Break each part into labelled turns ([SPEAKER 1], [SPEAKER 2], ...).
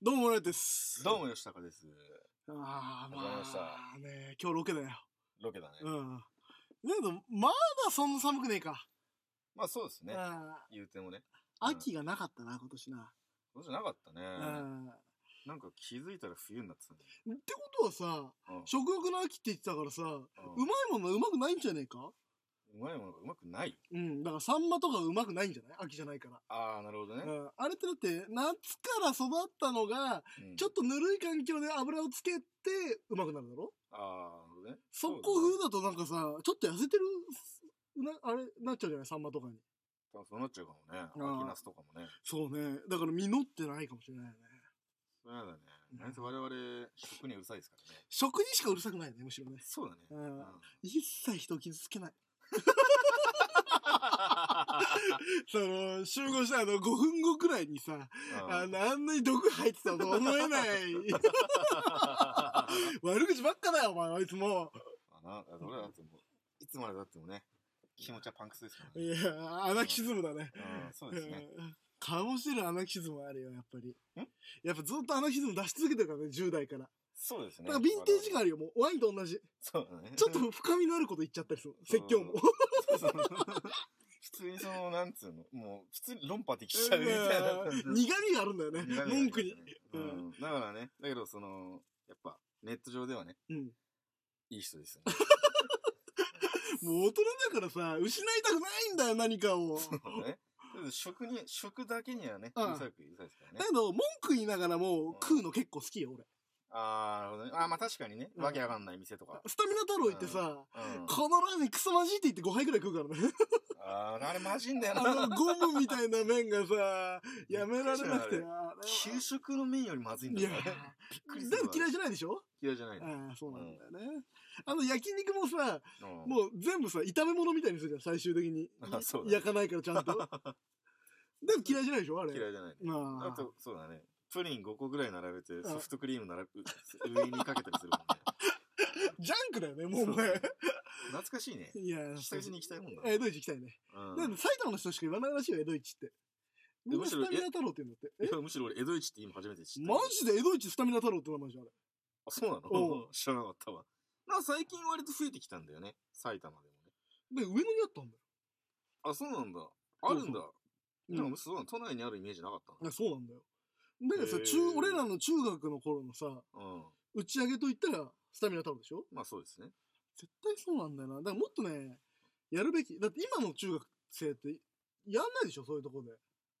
[SPEAKER 1] どうも、俺です。
[SPEAKER 2] どうも、吉高です。
[SPEAKER 1] ああ、
[SPEAKER 2] わかりまし
[SPEAKER 1] ま
[SPEAKER 2] た
[SPEAKER 1] あ、ね、今日ロケだよ。
[SPEAKER 2] ロケだね。
[SPEAKER 1] うん。だけど、まだそんな寒くねえか。
[SPEAKER 2] まあ、そうですね。
[SPEAKER 1] あ
[SPEAKER 2] 言うてもね。
[SPEAKER 1] あ秋がなかったな、今年な。
[SPEAKER 2] そうじゃなかったね。
[SPEAKER 1] うん。っ
[SPEAKER 2] なんか気づいたら冬になってたね。
[SPEAKER 1] てことはさ、
[SPEAKER 2] うん
[SPEAKER 1] 食欲の秋って言ってたからさ、う
[SPEAKER 2] う
[SPEAKER 1] まいものうまくないんじゃねえか
[SPEAKER 2] んうまいものがうまくない。
[SPEAKER 1] うん。だから、サンマとかうまくないんじゃない秋じゃないから。
[SPEAKER 2] ああ、なるほど
[SPEAKER 1] う
[SPEAKER 2] ね。
[SPEAKER 1] ん。あれってだって、夏から育ったのが、
[SPEAKER 2] うん
[SPEAKER 1] ちょっとぬるい環境で油をつけて、うまくなるだろ
[SPEAKER 2] ああ、なるほどね。
[SPEAKER 1] そこ風だとなんかさ、ちょっと痩せてる、な、あれ、なっちゃうじゃないサンマとかに。
[SPEAKER 2] 多分そうなっちゃうかもね。
[SPEAKER 1] ー
[SPEAKER 2] 秋ナスとかもね。
[SPEAKER 1] そうね。だから実ってないかもしれないよね。
[SPEAKER 2] そうだね。
[SPEAKER 1] うん
[SPEAKER 2] なんせ我々、食にうるさいですからね。
[SPEAKER 1] 食にしかうるさくないね、むしろね。
[SPEAKER 2] そうだね。
[SPEAKER 1] うん
[SPEAKER 2] うん
[SPEAKER 1] 一切人を傷つけない。その、集合したあの5分後くらいにさ、あ の、あんなに毒入ってたと思えない。悪口ばっかだよ、お前、あいつも。
[SPEAKER 2] あな、あ俺らだってもう、いつまでだってもね、気持ちはパンクスですから
[SPEAKER 1] い
[SPEAKER 2] ね。
[SPEAKER 1] や、アナキシズムだね。
[SPEAKER 2] うん、そうですね。
[SPEAKER 1] うん醸してるアナキシズムはあるよ、やっぱり
[SPEAKER 2] ん。
[SPEAKER 1] やっぱずっとアナキシズム出し続けてるからね、10代から。
[SPEAKER 2] そうですね。
[SPEAKER 1] だからヴィンテージがあるよ、もう。ワインと同 じ。
[SPEAKER 2] そうだね。
[SPEAKER 1] ちょっと深みのあること言っちゃったりする。説教も。
[SPEAKER 2] そうそう 普通にその、なんつうの、もう、普通に論破できちゃうみたいな感じ
[SPEAKER 1] 苦。味があるんだよね
[SPEAKER 2] 苦みが。
[SPEAKER 1] 文句に。
[SPEAKER 2] うん。だからね、だけどその、やっぱ、ネット上ではね、
[SPEAKER 1] うん。
[SPEAKER 2] いい人ですよね。
[SPEAKER 1] もう大人だからさ、失いたくないんだよ、何かを。
[SPEAKER 2] そうね。だけど食に、食だけにはね、う
[SPEAKER 1] うん
[SPEAKER 2] るさく、うるさいですからね
[SPEAKER 1] だ。けど、文句言いながらも
[SPEAKER 2] うん
[SPEAKER 1] 食うの結構好きよ、俺。
[SPEAKER 2] あー、なるほどね。あー、まあ確かにね、
[SPEAKER 1] うん
[SPEAKER 2] わけわかんない店とか。
[SPEAKER 1] スタミナ太郎行ってさ、
[SPEAKER 2] うん。
[SPEAKER 1] このラーメンクソまじいって言って5杯くらい食う からね。
[SPEAKER 2] あー、あれマジんだよな。
[SPEAKER 1] あのゴムみたいな麺がさ、やめられなくて。あれ
[SPEAKER 2] 給食の麺よりまずいんだ
[SPEAKER 1] いや
[SPEAKER 2] よ、ね。びっくりす
[SPEAKER 1] で
[SPEAKER 2] るわ。
[SPEAKER 1] も嫌いじゃないでしょ
[SPEAKER 2] 嫌いじゃないの。
[SPEAKER 1] ああ、そうなんだよね。あの焼肉もさ、
[SPEAKER 2] うん
[SPEAKER 1] もう全部さ、炒め物みたいにするじゃん、最終的に。
[SPEAKER 2] あそうだね
[SPEAKER 1] 焼かないから ちゃんと。でも嫌いじゃないでしょあれ。
[SPEAKER 2] 嫌いじゃないね。
[SPEAKER 1] ま
[SPEAKER 2] あ
[SPEAKER 1] あ。
[SPEAKER 2] と、そうだね。プリン5個ぐらい並べて、
[SPEAKER 1] ん
[SPEAKER 2] ソフトクリーム並べ、上にかけたりするもんね。
[SPEAKER 1] ジャンクだよね、もうお前。
[SPEAKER 2] 懐かしいね。
[SPEAKER 1] いや、
[SPEAKER 2] 久々に行きたいもんだね
[SPEAKER 1] 江戸市行きたいね。
[SPEAKER 2] う
[SPEAKER 1] だっ
[SPEAKER 2] ん
[SPEAKER 1] て埼玉の人しか言わないらしいよ、江戸市って。みんな
[SPEAKER 2] むし
[SPEAKER 1] ス
[SPEAKER 2] ろ
[SPEAKER 1] タミナ太郎って言うんだって。
[SPEAKER 2] い
[SPEAKER 1] え
[SPEAKER 2] や、むしろ俺、江戸市って今初めて知った。
[SPEAKER 1] マジで江戸市スタミナ太郎って名前じゃん、あれ。
[SPEAKER 2] あ、そうな
[SPEAKER 1] お
[SPEAKER 2] の知らなかったわ。なんか最近割と増えてきたんだよね。埼玉でもね。
[SPEAKER 1] で、上野にあったんだよ。
[SPEAKER 2] あ、そうなんだ。あるんだ。
[SPEAKER 1] うん
[SPEAKER 2] なんか、そうだ、都内にあるイメージなかった
[SPEAKER 1] いやそうなんだよ。だけどさ、
[SPEAKER 2] へー
[SPEAKER 1] 中、俺らの中学の頃のさ、
[SPEAKER 2] な。うん。
[SPEAKER 1] 打ち上げと言ったら、スタミナ太郎でしょ
[SPEAKER 2] まあそうですね。
[SPEAKER 1] 絶対そうなんだよな。だからもっとね、やるべき。だって今の中学生って、やんないでしょそういうとこで。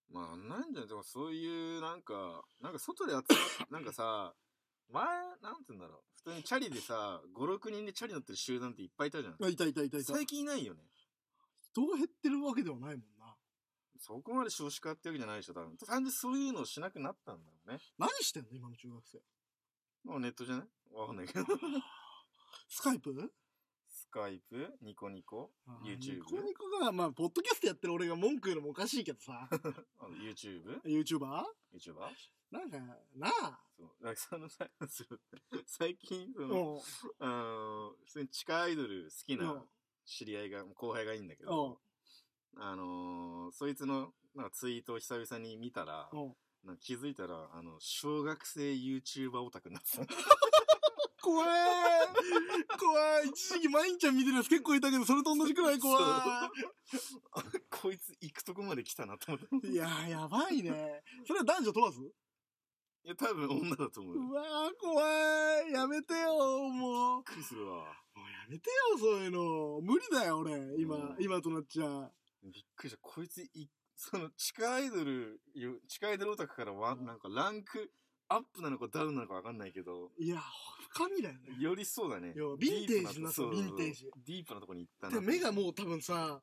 [SPEAKER 2] まあ、なんじゃないでもそういう、なんか、なんか外で 集まって、なんかさ、前、なんて言うんだろう。普通にチャリでさ、5、6人でチャリ乗ってる集団っていっぱいいたじゃん。
[SPEAKER 1] あいたいたいたいた。
[SPEAKER 2] 最近いないよね。
[SPEAKER 1] 人が減ってるわけではないもんな。
[SPEAKER 2] そこまで少子化ってわけじゃないでしょ、多分。単純にそういうのをしなくなったんだよね。
[SPEAKER 1] 何してんの今の中学生。
[SPEAKER 2] まあネットじゃないわかんないけど。
[SPEAKER 1] スカイプ
[SPEAKER 2] スカイプ、ニコニコ、
[SPEAKER 1] あー
[SPEAKER 2] YouTube
[SPEAKER 1] ニコニコが、まあ、ポッドキャストやってる俺が文句言うのもおかしいけどさ。
[SPEAKER 2] あの YouTube、
[SPEAKER 1] YouTuber?
[SPEAKER 2] YouTuber?
[SPEAKER 1] なんか、なあ。
[SPEAKER 2] そう。だからそのさ、そう最近、その、
[SPEAKER 1] おう
[SPEAKER 2] あの普通に地下アイドル好き
[SPEAKER 1] うん
[SPEAKER 2] な知り合いが、後輩がいいんだけ
[SPEAKER 1] おう
[SPEAKER 2] ど、あのーそいつの、なんかツイートを久々に見たら、
[SPEAKER 1] おう
[SPEAKER 2] なんか気づいたら、あの、小学生 YouTuber オタクになってた。
[SPEAKER 1] 怖い怖い一時期毎日ちゃん見てるやつ結構いたけど、それと同じくらい怖
[SPEAKER 2] こいつ行くとこまで来たなと思って。
[SPEAKER 1] い。いやー、やばいね。それは男女問わず
[SPEAKER 2] いや、多分女だと思うよ。
[SPEAKER 1] うわー、怖い。やめてよ、もう。
[SPEAKER 2] びっくりするわ。
[SPEAKER 1] もうやめてよ、そういうの。無理だよ、俺。今、
[SPEAKER 2] うん
[SPEAKER 1] 今となっちゃ。
[SPEAKER 2] びっくりした。こいつい、その、地下アイドルよ、地下アイドルオタクからは、
[SPEAKER 1] うん
[SPEAKER 2] なんかランクアップなのかダウンなのかわかんないけど、
[SPEAKER 1] いや、深みだよね。
[SPEAKER 2] よりそうだね。
[SPEAKER 1] いやヴィンテージな
[SPEAKER 2] そうそう
[SPEAKER 1] ヴィンテージ
[SPEAKER 2] ディープなとこに行った
[SPEAKER 1] で、
[SPEAKER 2] な。
[SPEAKER 1] 目が
[SPEAKER 2] う、
[SPEAKER 1] もう多分さ、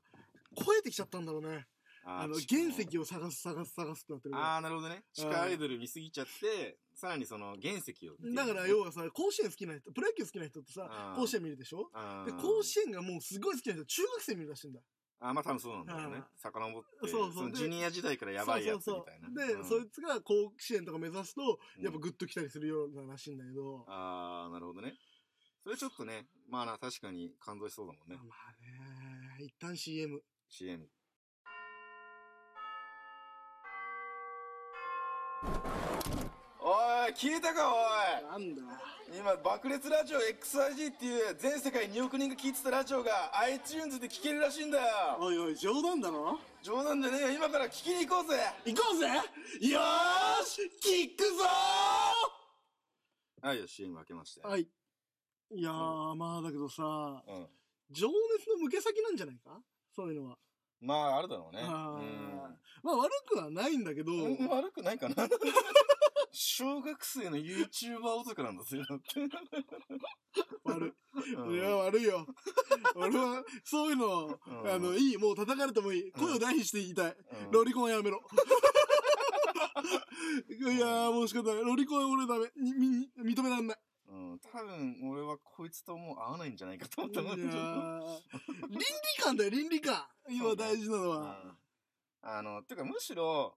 [SPEAKER 1] 超えてきちゃったんだろうね。
[SPEAKER 2] あー
[SPEAKER 1] あの、
[SPEAKER 2] 地下
[SPEAKER 1] 原石を探す、探す、探すってなってるから。
[SPEAKER 2] あー、なるほどね。地下アイドル見すぎちゃって、さらにその原石を。
[SPEAKER 1] だから、要はさ、甲子園好きな人、プロ野球好きな人ってさ、
[SPEAKER 2] あー
[SPEAKER 1] 甲子園見るでしょ
[SPEAKER 2] あ
[SPEAKER 1] で、
[SPEAKER 2] ー
[SPEAKER 1] 甲子園がもうすごい好きな人、中学生見るらしいんだ。
[SPEAKER 2] あー、まあ多分そうなんだろう
[SPEAKER 1] う
[SPEAKER 2] ね
[SPEAKER 1] ん。
[SPEAKER 2] 遡って、
[SPEAKER 1] そうそう
[SPEAKER 2] の
[SPEAKER 1] で
[SPEAKER 2] ジュニア時代からやばいやつみたいな。
[SPEAKER 1] で、
[SPEAKER 2] うん
[SPEAKER 1] そいつが甲子園とか目指すと、
[SPEAKER 2] うん
[SPEAKER 1] やっぱグッと来たりするようならしいんだけど。
[SPEAKER 2] あー、なるほどね。それちょっとね、まあな、確かに感動しそうだもんね。
[SPEAKER 1] まあね、一旦 CM。
[SPEAKER 2] CM。おいい聞いたかお
[SPEAKER 1] なんだよ
[SPEAKER 2] い今爆裂ラジオ XYG っていう全世界2億人が聞いてたラジオが iTunes で聴けるらしいんだよ
[SPEAKER 1] おいおい冗談だろ
[SPEAKER 2] 冗談じゃねえよ今から聞きに行こうぜ
[SPEAKER 1] 行こうぜよーしキックぞ
[SPEAKER 2] はいよ CM 開けまして
[SPEAKER 1] ーはいいやーまあだけどさ
[SPEAKER 2] うん
[SPEAKER 1] 情熱の向け先なんじゃないかそういうのは、
[SPEAKER 2] まああるだろうね
[SPEAKER 1] あーまあ悪くはないんだけど、
[SPEAKER 2] うんうん悪くないかな小学生の YouTuber 男なんだぜだって
[SPEAKER 1] 悪い
[SPEAKER 2] うん
[SPEAKER 1] 俺は悪いよ。俺は、そういうの、
[SPEAKER 2] うん
[SPEAKER 1] あの、いい、もう叩かれてもいい。声を大にして言いたい。
[SPEAKER 2] うん
[SPEAKER 1] ロリコンはやめ ろ。いやー、もう仕方ない。ロリコンは俺ダメ。にみに認めらんない。
[SPEAKER 2] うん、多分俺はこいつともう合わないんじゃないかと
[SPEAKER 1] い
[SPEAKER 2] 思った
[SPEAKER 1] や
[SPEAKER 2] の
[SPEAKER 1] ー倫理観だよ、倫理観。今大事なのは。
[SPEAKER 2] あの、てかむしろ、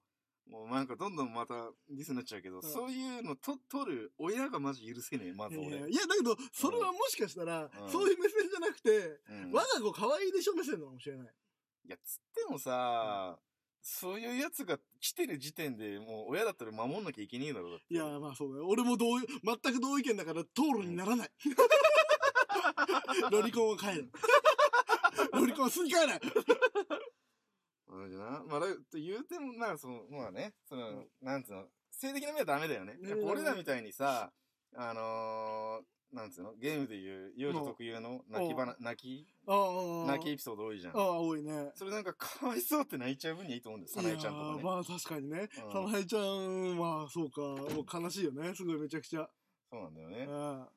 [SPEAKER 2] もうなんかどんどんまたディスになっちゃうけど、
[SPEAKER 1] ん
[SPEAKER 2] そういうのと、取る親がマジ許せねえ、ま
[SPEAKER 1] い
[SPEAKER 2] ず
[SPEAKER 1] やい
[SPEAKER 2] 俺。
[SPEAKER 1] やいやだけど、それはもしかしたら、
[SPEAKER 2] うん
[SPEAKER 1] そういう目線じゃなくて、
[SPEAKER 2] うん
[SPEAKER 1] 我が子可愛いでしょ目線なのかもしれない。
[SPEAKER 2] いや、つってもさ、そういうやつが来てる時点でもう親だったら守んなきゃいけねえだろ、だって。
[SPEAKER 1] いやー、まあそうだよ。俺も同意、全く同意見だから、討論になら ない。ロリコンは帰る。ロリコンはすに帰ない。
[SPEAKER 2] うんじゃな。まあ、だと言うても、なんかその、まあね、その、なんつうの、性的な目はダメだよね。
[SPEAKER 1] ね
[SPEAKER 2] やっぱ俺らみたいにさ、あのー、なんつうの、ゲームで言う、幼女特有の泣きばな、泣き、
[SPEAKER 1] ああ、
[SPEAKER 2] 泣きエピソード多いじゃん
[SPEAKER 1] あ。あ、多いね。
[SPEAKER 2] それなんかかわいそうって泣いちゃう分にはいいと思うんです。さなえちゃん
[SPEAKER 1] い
[SPEAKER 2] とか
[SPEAKER 1] やー
[SPEAKER 2] ね。
[SPEAKER 1] まあ確かにね。
[SPEAKER 2] うん
[SPEAKER 1] さなえちゃんは、そうか。もう悲しいよね。すごいめちゃくちゃ。
[SPEAKER 2] そうなんだよ
[SPEAKER 1] う
[SPEAKER 2] ね。
[SPEAKER 1] ん
[SPEAKER 2] だか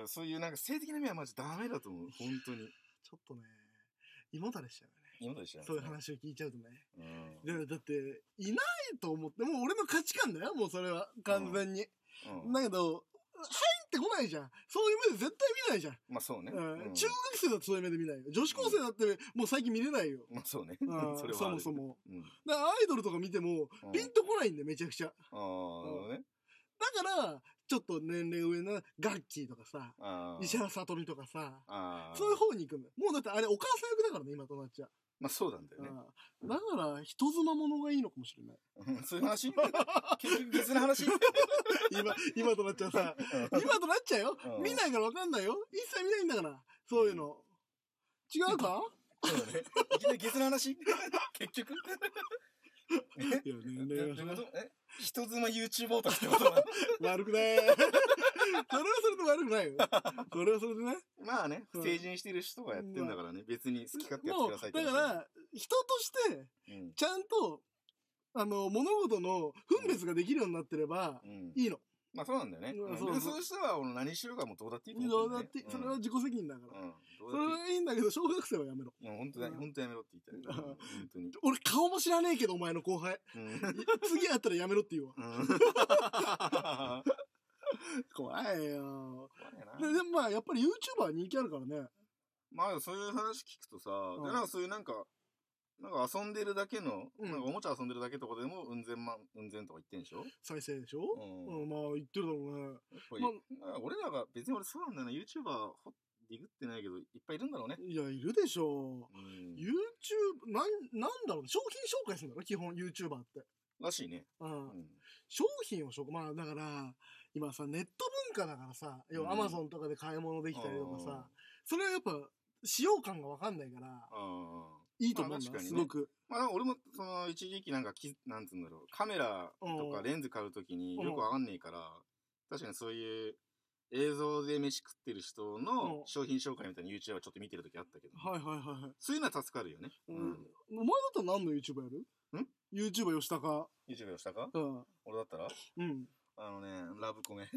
[SPEAKER 2] らそういうなんか性的な目はマジダメだと思う。本当に。
[SPEAKER 1] ちょっとね、胃もたれしちゃうよ
[SPEAKER 2] 今まで知ら
[SPEAKER 1] ね。
[SPEAKER 2] な
[SPEAKER 1] そういう
[SPEAKER 2] いです
[SPEAKER 1] 話
[SPEAKER 2] ね。
[SPEAKER 1] を聞いちゃうとね。
[SPEAKER 2] うん
[SPEAKER 1] だからだって、いないと思って、もう俺の価値観だよ。もうそれは。完全に。
[SPEAKER 2] うん
[SPEAKER 1] だけど、入ってこないじゃん。そういう目で絶対見ないじゃん。
[SPEAKER 2] まあそうね。
[SPEAKER 1] う
[SPEAKER 2] うんん
[SPEAKER 1] 中学生だとそういう目で見ないよ。女子高生だってもう最近見れないよ。
[SPEAKER 2] まあ そうね。
[SPEAKER 1] うん
[SPEAKER 2] それはある
[SPEAKER 1] そもそも。
[SPEAKER 2] うん。うん
[SPEAKER 1] だからアイドルとか見ても、
[SPEAKER 2] ああ、な
[SPEAKER 1] ピンとこないんで、めちゃくちゃ。
[SPEAKER 2] るほどね。
[SPEAKER 1] だから、ちょっと年齢上なガッキーとかさ、
[SPEAKER 2] あー
[SPEAKER 1] 石原さとみとかさ、
[SPEAKER 2] あー
[SPEAKER 1] そういう方に行くんだよ。もうだってあれお母さん役だからね、今となっちゃ。
[SPEAKER 2] まあそうなんだよね。
[SPEAKER 1] うんだから、人妻ものがいいのかもしれない。
[SPEAKER 2] そういう話結局別の話
[SPEAKER 1] 今、今となっちゃさ、今となっちゃうよ。
[SPEAKER 2] うん
[SPEAKER 1] 見ないからわかんないよ。一切見ないんだから、そういうの。違うか
[SPEAKER 2] そうだね。いきなり別の話結局
[SPEAKER 1] いや、年齢
[SPEAKER 2] えどういう
[SPEAKER 1] はさ
[SPEAKER 2] ことえ人妻 YouTuber とかってことなの
[SPEAKER 1] 悪くない それはそれで悪くないよ。それはそれでね。
[SPEAKER 2] まあね、
[SPEAKER 1] うん
[SPEAKER 2] 成人してる人がやってんだからね、別に好き勝手やって
[SPEAKER 1] も
[SPEAKER 2] く
[SPEAKER 1] う、
[SPEAKER 2] ださい
[SPEAKER 1] だ
[SPEAKER 2] って
[SPEAKER 1] か
[SPEAKER 2] 話
[SPEAKER 1] ら、人として、
[SPEAKER 2] うん。
[SPEAKER 1] ちゃんと、あの、物事の分別ができるようになってれば、
[SPEAKER 2] うん。
[SPEAKER 1] いいの。
[SPEAKER 2] まあそうなんだよね。
[SPEAKER 1] うん
[SPEAKER 2] うん
[SPEAKER 1] そう
[SPEAKER 2] で
[SPEAKER 1] そう
[SPEAKER 2] そういう人は俺何しろがもうどうだっていいと
[SPEAKER 1] ど
[SPEAKER 2] 思
[SPEAKER 1] うだって、それは
[SPEAKER 2] うん、
[SPEAKER 1] 自己責任だから。
[SPEAKER 2] ど
[SPEAKER 1] そうれ
[SPEAKER 2] だっていい。
[SPEAKER 1] はいいんだけど、小学生はやめろ。
[SPEAKER 2] もう本当だ、
[SPEAKER 1] うん
[SPEAKER 2] 本当やめろって言いたい。うん
[SPEAKER 1] うん
[SPEAKER 2] 本 当に。
[SPEAKER 1] 俺、顔も知らねえけど、お前の後輩。
[SPEAKER 2] うん
[SPEAKER 1] 次会ったらやめろって言うわ。
[SPEAKER 2] うん怖
[SPEAKER 1] 怖いよ。
[SPEAKER 2] い
[SPEAKER 1] で
[SPEAKER 2] な
[SPEAKER 1] でもまあ、やっぱり YouTuber は人気あるからね。
[SPEAKER 2] まあそういう話聞くとさ、
[SPEAKER 1] ん
[SPEAKER 2] でなんかそういうなんか、なんか遊んでるだけの、
[SPEAKER 1] うん
[SPEAKER 2] なんかおもちゃ遊んでるだけとかでも、うんぜんまん、うんぜんとか言ってんでしょ
[SPEAKER 1] 再生でしょ、
[SPEAKER 2] うん
[SPEAKER 1] うん、まあ、言ってるだろうね。
[SPEAKER 2] やっぱりまあ俺らが、別に俺そうなんだよな、YouTuber ほディグってないけど、いっぱいいるんだろうね。
[SPEAKER 1] いや、いるでしょ。
[SPEAKER 2] うん
[SPEAKER 1] YouTube、なん、なんだろう、商品紹介するんだろ基本 YouTuber って。
[SPEAKER 2] らしいね。
[SPEAKER 1] うん
[SPEAKER 2] うん
[SPEAKER 1] 商品をしょまあだから今さネット文化だからさ要はア
[SPEAKER 2] うん
[SPEAKER 1] マゾンとかで買い物できたりとかさ、
[SPEAKER 2] あー
[SPEAKER 1] それはやっぱ使用感がわかんないから
[SPEAKER 2] ああ。
[SPEAKER 1] いいと思うん
[SPEAKER 2] まあ
[SPEAKER 1] だ、
[SPEAKER 2] 確かにね
[SPEAKER 1] すごく
[SPEAKER 2] まあ、俺も、その、一時期なんかき、なんつうんだろう、カメラと
[SPEAKER 1] う
[SPEAKER 2] か
[SPEAKER 1] ん
[SPEAKER 2] レンズ買うときによくわかんねえから、確かにそういう映像で飯食ってる人の
[SPEAKER 1] うん
[SPEAKER 2] 商品紹介みたいな YouTube をちょっと見てるときあったけど、
[SPEAKER 1] はいはいはいはい、
[SPEAKER 2] そういうのは助かるよね。
[SPEAKER 1] う
[SPEAKER 2] うんん。
[SPEAKER 1] お前だったら何の YouTuber やる
[SPEAKER 2] ん
[SPEAKER 1] ?YouTuber 吉高
[SPEAKER 2] YouTube をしたか
[SPEAKER 1] うん
[SPEAKER 2] 俺だったら
[SPEAKER 1] うん
[SPEAKER 2] あのね、ラブコメ。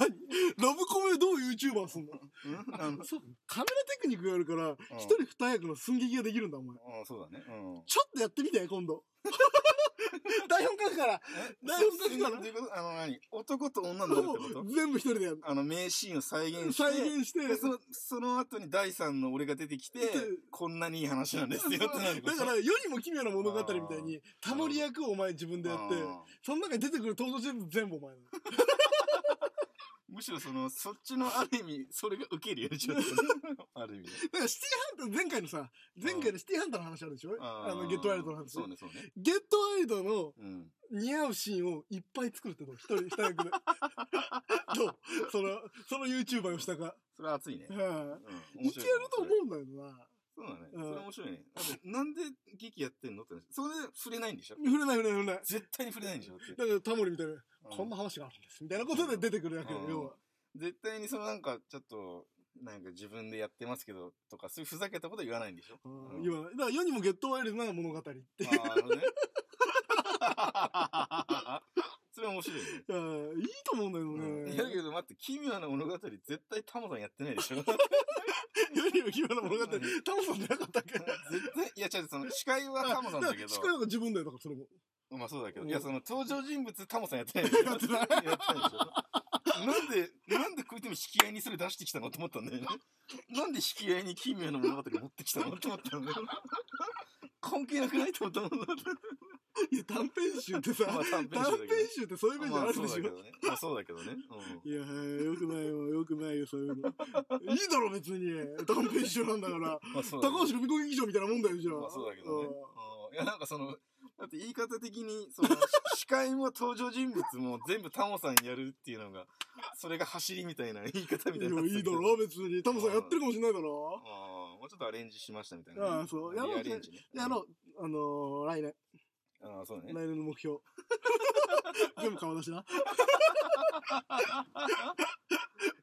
[SPEAKER 1] 何ラブコメどう YouTuber すんの
[SPEAKER 2] うんあ の、
[SPEAKER 1] そうカメラテクニックがあるから一人二役の寸劇ができるんだお前
[SPEAKER 2] うん、そうだね。うん。
[SPEAKER 1] ちょっとやってみて今度 台本書くから
[SPEAKER 2] え
[SPEAKER 1] 大丈夫かな
[SPEAKER 2] どういうことあの、何男と女になるっ
[SPEAKER 1] も
[SPEAKER 2] てこと
[SPEAKER 1] う全部一人でやる
[SPEAKER 2] あの、名シーンを再現して、
[SPEAKER 1] 再現して
[SPEAKER 2] でその、その後に第三の俺が出てきて
[SPEAKER 1] で、
[SPEAKER 2] こんなにいい話なんですよってなる
[SPEAKER 1] だから、世にも奇妙な物語みたいに、タモリ役をお前自分でやって、
[SPEAKER 2] あー
[SPEAKER 1] その中に出てくる登場人物全部お前なの。
[SPEAKER 2] むしろその、そっちのある意味、それが受けるよね、ちょっと。 ある意味。
[SPEAKER 1] だからシティハンター、前回のさ、前回のシティハンターの話あるでしょあの、
[SPEAKER 2] ー
[SPEAKER 1] ゲットワイルドの話。
[SPEAKER 2] そうね、そうね。
[SPEAKER 1] ゲットワイルドの
[SPEAKER 2] うん。
[SPEAKER 1] 似合うシーンをいっぱい作るってどう一人、二人 役で。どうその、その YouTuber をしたか。
[SPEAKER 2] それは熱いね。
[SPEAKER 1] は
[SPEAKER 2] う
[SPEAKER 1] い。いけると思
[SPEAKER 2] う
[SPEAKER 1] うんだけどな。
[SPEAKER 2] そうだね。
[SPEAKER 1] うん
[SPEAKER 2] それ面白いね。だ ってなんで劇やってんのって話。それで触れないんでしょ
[SPEAKER 1] 触れない触れない触れない。
[SPEAKER 2] 絶対に触れないんでしょだって
[SPEAKER 1] だからタモリみたいな、
[SPEAKER 2] うん
[SPEAKER 1] こんな話があるんです。みたいなことで出てくるわけよ、
[SPEAKER 2] うん
[SPEAKER 1] 要は。
[SPEAKER 2] 絶対にそのなんか、ちょっと、なんか自分でやってますけど、とか、そういうふざけたことは言わないんでしょ
[SPEAKER 1] うん言わない。だから世にもゲットワイルドな物語って。
[SPEAKER 2] あーなるほ どね。それ面白いね。
[SPEAKER 1] いやいいと思うん
[SPEAKER 2] うん
[SPEAKER 1] だ
[SPEAKER 2] い
[SPEAKER 1] けど
[SPEAKER 2] やだ
[SPEAKER 1] ね。
[SPEAKER 2] けど待って、奇妙な物語絶対タモさんやってないでしょ 絶
[SPEAKER 1] 世にも奇妙な物語、タモさんじゃなかったっけ
[SPEAKER 2] 対、いや違う、その司会はタモさんだ け
[SPEAKER 1] しか
[SPEAKER 2] ど、
[SPEAKER 1] も自分だよ、だからそれも。
[SPEAKER 2] まあそうだけ
[SPEAKER 1] う
[SPEAKER 2] ど、
[SPEAKER 1] ん
[SPEAKER 2] いやその登場人物タモ さんやってないでしょ
[SPEAKER 1] やってない
[SPEAKER 2] やってないでしょなんで、なんでこう言っても引き合いにそれ出してきたのと思ったんだよね。なんで引き合いに奇妙な物語持ってきたのと思ったんだよ。関係なくないと思ったもんだって
[SPEAKER 1] いや、短編集ってさ、
[SPEAKER 2] ま あ短編集
[SPEAKER 1] 短編
[SPEAKER 2] だけどね
[SPEAKER 1] 集ってそういうイメージ
[SPEAKER 2] ま
[SPEAKER 1] あ
[SPEAKER 2] あ
[SPEAKER 1] る
[SPEAKER 2] そう
[SPEAKER 1] で
[SPEAKER 2] だ
[SPEAKER 1] し
[SPEAKER 2] け
[SPEAKER 1] ょ
[SPEAKER 2] ど。ね。まあそうだけどね。うん
[SPEAKER 1] いやー、よくないよ、よくないよ、そういうの。いいだろ、別 に。短編集なんだから。
[SPEAKER 2] まあそうだけど
[SPEAKER 1] 高橋留美子劇場みたいなもんだよ、じゃあ。
[SPEAKER 2] まあそうだけどね
[SPEAKER 1] うん。
[SPEAKER 2] うんいやなんかその、だって言い方的に、 その、し司会も登場人物も全部タモさんやるっていうのが、それが走りみたいな言い方みたいになって
[SPEAKER 1] いや、い
[SPEAKER 2] たけ
[SPEAKER 1] いだ
[SPEAKER 2] ど。
[SPEAKER 1] ろ、別に。タモさんやってるかもしれないだろ。
[SPEAKER 2] ああ、もうちょっとアレンジしましたみたいな、
[SPEAKER 1] ああそう
[SPEAKER 2] リ
[SPEAKER 1] やろう
[SPEAKER 2] アレンジね。
[SPEAKER 1] やろう、あのー、来年、
[SPEAKER 2] ああ、そう
[SPEAKER 1] 来
[SPEAKER 2] ね。
[SPEAKER 1] 年の目 標。全部顔出しな。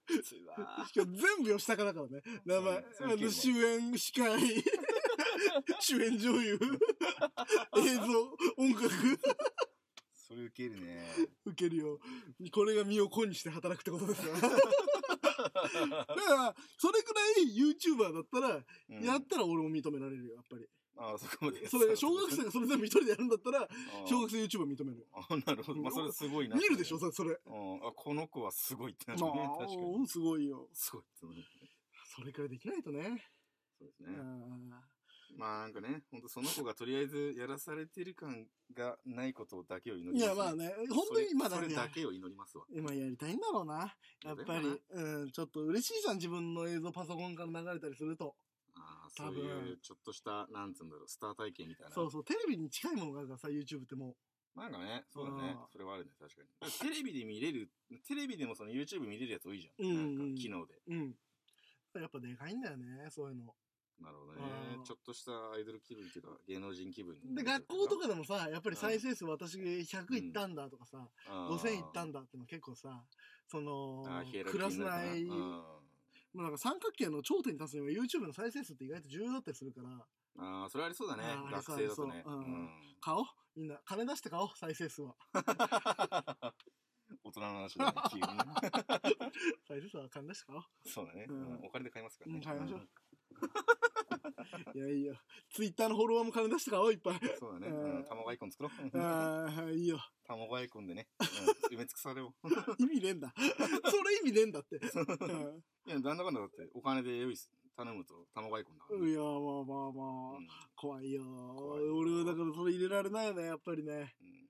[SPEAKER 2] きついわ
[SPEAKER 1] しかも全部吉高だからね。名前。
[SPEAKER 2] そう
[SPEAKER 1] あの主演、司会、 主演女優、映像、音楽、
[SPEAKER 2] それ受けるね。
[SPEAKER 1] 受けるよ。これが身を粉にして働くってこと ですよ。だから、それくらい YouTuber だったら、
[SPEAKER 2] うん
[SPEAKER 1] やったら俺も認められるよ、やっぱり。
[SPEAKER 2] ああ、そこまで。
[SPEAKER 1] それ、小学生がそれ全部一人でやるんだったら、
[SPEAKER 2] ああ
[SPEAKER 1] 小学生 YouTuber 認める。
[SPEAKER 2] ああなるほど。まあ、それすごいな。
[SPEAKER 1] 見るでしょ、
[SPEAKER 2] それ
[SPEAKER 1] それ。
[SPEAKER 2] うん、あ、この子はすごいって
[SPEAKER 1] ま
[SPEAKER 2] な
[SPEAKER 1] あ
[SPEAKER 2] るね。確かに。、
[SPEAKER 1] すごいよ。
[SPEAKER 2] すごいってなる。
[SPEAKER 1] それくらいできないとね。
[SPEAKER 2] そうです
[SPEAKER 1] あ
[SPEAKER 2] ね。
[SPEAKER 1] あ
[SPEAKER 2] まあなんかね、本当その子がとりあえずやらされてる感がないことだけを祈ります、
[SPEAKER 1] いや、まあね、本当に今だ
[SPEAKER 2] それ
[SPEAKER 1] ね
[SPEAKER 2] それ。だけを祈りますわ。
[SPEAKER 1] 今やりたいんだろうな。やっぱ
[SPEAKER 2] だよな
[SPEAKER 1] り、うん、ちょっと嬉しいじゃん、自分の映像パソコンから流れたりすると。
[SPEAKER 2] ああ
[SPEAKER 1] 多
[SPEAKER 2] そう
[SPEAKER 1] 分
[SPEAKER 2] いう、ちょっとした、なんつうんだろう、スター体験みたいな。
[SPEAKER 1] そうそう、テレビに近いものがあるからさ、YouTube っても
[SPEAKER 2] なんかね、そうだね
[SPEAKER 1] うん。
[SPEAKER 2] それはあるね、確かに。だからテレビで見れる、テレビでもその YouTube 見れるやつ多いじゃん。
[SPEAKER 1] うん
[SPEAKER 2] なんか、機能で。
[SPEAKER 1] う。うん。やっぱでかいんだよね、そういうの。
[SPEAKER 2] なるほどね
[SPEAKER 1] うん。
[SPEAKER 2] ちょっとしたアイドル気分っていうか、芸能人気分にな
[SPEAKER 1] で、
[SPEAKER 2] れたり
[SPEAKER 1] 学校とかでもさ、やっぱり再生数私100いったんだとかさ、
[SPEAKER 2] ああ
[SPEAKER 1] 5000いったんだっての結構さ、その
[SPEAKER 2] ああ、ヒエ、ラ
[SPEAKER 1] ク
[SPEAKER 2] ルキー
[SPEAKER 1] ラス
[SPEAKER 2] になる
[SPEAKER 1] 内、
[SPEAKER 2] か
[SPEAKER 1] もうなんか三角形の頂点に立つには YouTube の再生数って意外と重要だったりするから、
[SPEAKER 2] なうんああ、それありそうだね
[SPEAKER 1] あ。ああり
[SPEAKER 2] 学
[SPEAKER 1] そう
[SPEAKER 2] 生だとね。
[SPEAKER 1] ありそううん
[SPEAKER 2] うん
[SPEAKER 1] 買おうみんな、金出して買おう再生数は。
[SPEAKER 2] 大人の話だね、急にね。
[SPEAKER 1] 再生数は金出して買おう。
[SPEAKER 2] そうだね、
[SPEAKER 1] う
[SPEAKER 2] うんん。お金で買いますからね。
[SPEAKER 1] うん買いましょういやいや、ツイッターのフォロワーも金出してから、おいっぱい。
[SPEAKER 2] うんそうだね。
[SPEAKER 1] うん
[SPEAKER 2] うん。卵アイコン作ろう。
[SPEAKER 1] ああ、いいよ。
[SPEAKER 2] 卵アイコンでね、うん埋め尽くされよ う。
[SPEAKER 1] 意味ねえんだ。それ意味ねえんだって。う
[SPEAKER 2] いや、なんだかんだだって、お金で用意す頼むと卵アイコンだから
[SPEAKER 1] ん
[SPEAKER 2] ね。
[SPEAKER 1] いや、まあまあまあ、
[SPEAKER 2] うん
[SPEAKER 1] 怖いよ
[SPEAKER 2] 怖いよ
[SPEAKER 1] 俺はだからそれ入れられないよね、やっぱりね。
[SPEAKER 2] うん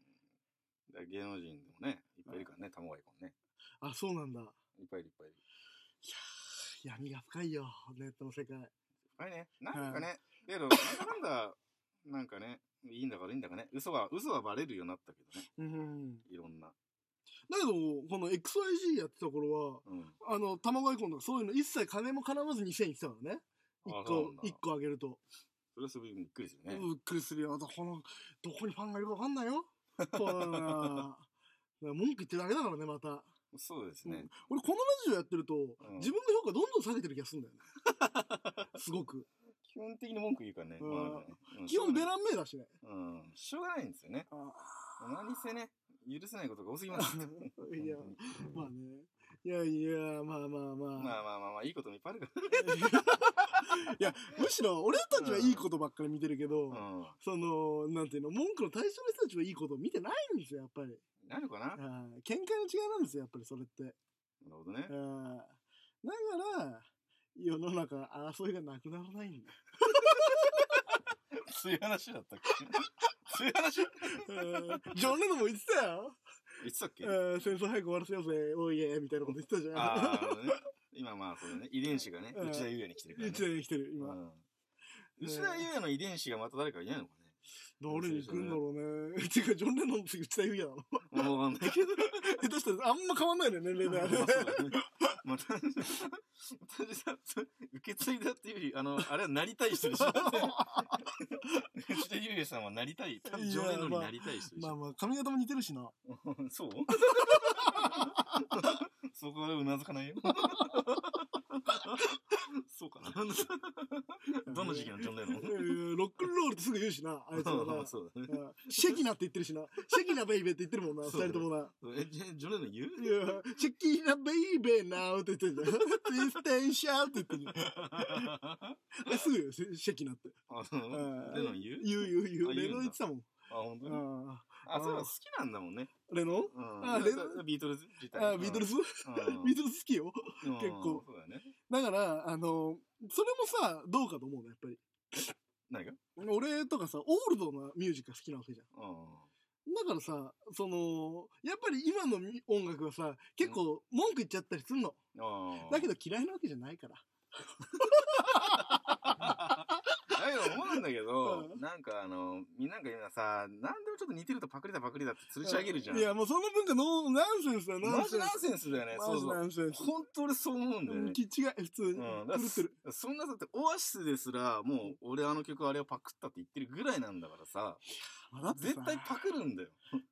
[SPEAKER 2] だから芸能人でもね、いっぱいいるからね、卵アイコンね。
[SPEAKER 1] あ、そうなんだ。
[SPEAKER 2] いっぱいいる、いっぱいいる。
[SPEAKER 1] 闇が深いよ、ネットの世界。
[SPEAKER 2] あれね、なんかね、けど、なんだかんだ、なんかね、いいんだか悪いんだかね、嘘は、嘘はバレるようになったけどね、
[SPEAKER 1] うん。
[SPEAKER 2] いろんな。
[SPEAKER 1] だけど、この XYG やってた頃
[SPEAKER 2] うん。
[SPEAKER 1] は、あの、卵アイコンとかそういうの一切金も絡まず2000円来たからね。
[SPEAKER 2] あ
[SPEAKER 1] 1
[SPEAKER 2] そうな
[SPEAKER 1] 個
[SPEAKER 2] んだ、
[SPEAKER 1] 一個あげると。
[SPEAKER 2] それはすごいびっくりするね。
[SPEAKER 1] びっくりするよ。どこの、どこにファンがいるかわかんない よ。こうな文句言ってるだけだからね、また。
[SPEAKER 2] そうですね。
[SPEAKER 1] 俺、このラジオやってると、
[SPEAKER 2] ん
[SPEAKER 1] 自分の評価どんどん下げてる気がするんだよ ね。すごく。
[SPEAKER 2] 基本的に文句言うからね。
[SPEAKER 1] うん
[SPEAKER 2] まあねうん
[SPEAKER 1] 基本ベランメイだしね。
[SPEAKER 2] うん。しょうがないんですよね。何せね、許 せないことが多すぎます。
[SPEAKER 1] いや
[SPEAKER 2] 本、当に
[SPEAKER 1] まあね。いやいや、まあまあまあ。
[SPEAKER 2] まあまあまあまあ、いいこともいっぱいあるか
[SPEAKER 1] いや、むしろ俺たちはいいことばっかり見てるけど、
[SPEAKER 2] ら。うん。
[SPEAKER 1] その、なんていうの、文句の対象の人たちはいいことを見てないんですよ、やっぱり。
[SPEAKER 2] なるかなな
[SPEAKER 1] あー見解の違いなんですよ、やっぱりそれって。
[SPEAKER 2] るほどね
[SPEAKER 1] あ。ーだから、世の中争いがなくならないんだ。
[SPEAKER 2] そういう話だったっけ そういう話
[SPEAKER 1] うんジョン・レノンも言ってたよ。
[SPEAKER 2] 言ってたっけ
[SPEAKER 1] あー戦争早く終わらせようぜ、おいえ、みたいなこと言ってたじゃん。
[SPEAKER 2] ああ、ね、今まあ、これね、遺伝子がね、
[SPEAKER 1] うん
[SPEAKER 2] 内田裕也に来てるから、ね。
[SPEAKER 1] 一年生きてる、今。
[SPEAKER 2] うん内田裕也の遺伝子がまた誰かいないのか
[SPEAKER 1] 誰に来るんだろうね。てか、ジョン・レノン次、伝えるやな の。
[SPEAKER 2] ね。もうわかんないけど。
[SPEAKER 1] え、確かに、あんま変わんないね、年齢
[SPEAKER 2] ま
[SPEAKER 1] だ
[SPEAKER 2] あ
[SPEAKER 1] よね
[SPEAKER 2] そう。だねまあ、単純に単純にさそれ受け継いだっていうより、あの、あれはなりたい人でしょ。内田裕也さんはなりたい。多分常連のになりたい人でし
[SPEAKER 1] まあ
[SPEAKER 2] ょ。
[SPEAKER 1] まあ、髪型も似てるしな。
[SPEAKER 2] そうそこはうなずかないよ。そうかな。どの時期のジョン・レノ
[SPEAKER 1] えーロックンロールってすぐ言うしな、あいつらな。
[SPEAKER 2] ン
[SPEAKER 1] う
[SPEAKER 2] そうだね。
[SPEAKER 1] んシェキナって言ってるしな。シェキナベイベーって言ってるもんな、二
[SPEAKER 2] そうだ
[SPEAKER 1] 人
[SPEAKER 2] ね
[SPEAKER 1] ともな。
[SPEAKER 2] え、ジョジョレノン言う
[SPEAKER 1] いやシェキナベイベーなーって言ってるじゃん。ツイステンシャーって言ってるじゃんえ。すぐよ、シェシェキナって。
[SPEAKER 2] あ、そう
[SPEAKER 1] う。ん
[SPEAKER 2] レノン言う
[SPEAKER 1] 言う言う言う。
[SPEAKER 2] あ言うんだ
[SPEAKER 1] レノン言ってたもん。
[SPEAKER 2] あ、本当に
[SPEAKER 1] あ
[SPEAKER 2] あ、そうだ、好きなんだもんね。
[SPEAKER 1] ーレノン
[SPEAKER 2] うん。
[SPEAKER 1] あレノ
[SPEAKER 2] ビートルズ自体。
[SPEAKER 1] あービートルズ
[SPEAKER 2] うん
[SPEAKER 1] ビートルズ好きよ。
[SPEAKER 2] うん
[SPEAKER 1] 結構
[SPEAKER 2] そうだね。
[SPEAKER 1] だから、あの、それもさ、どうかと思うの、やっぱり。
[SPEAKER 2] 何が
[SPEAKER 1] 俺とかさ、オールドなミュージックが好きなわけじゃん。
[SPEAKER 2] う
[SPEAKER 1] だからさ、その、やっぱり今のみ音楽はさ、結構文句言っちゃったりすんの。
[SPEAKER 2] んうん。
[SPEAKER 1] だけ
[SPEAKER 2] ど、
[SPEAKER 1] ど嫌いなわけじゃないから。
[SPEAKER 2] だけど思うんだけど
[SPEAKER 1] う、
[SPEAKER 2] なんかあの、みんなが今さ、何でもちょっと似てるとパクリだパクリだって吊るし上げるじゃん。
[SPEAKER 1] いや、もうその文化の、ナンセンスだよ、ナ
[SPEAKER 2] マ
[SPEAKER 1] ンセ
[SPEAKER 2] ジ
[SPEAKER 1] ン
[SPEAKER 2] ナン
[SPEAKER 1] ス。
[SPEAKER 2] センスだよね。
[SPEAKER 1] マ
[SPEAKER 2] そう
[SPEAKER 1] ジ
[SPEAKER 2] そう。
[SPEAKER 1] ナンセンス。
[SPEAKER 2] 本当俺そう思うんだよ
[SPEAKER 1] うん
[SPEAKER 2] ね。
[SPEAKER 1] 気違い、普通に。
[SPEAKER 2] うん
[SPEAKER 1] 狂ってる。
[SPEAKER 2] そんなだって、オアシスですら、もう、俺あの曲あれをパクったって言ってるぐらいなんだからさ、
[SPEAKER 1] まあだってさ
[SPEAKER 2] 絶対パクるんだよ。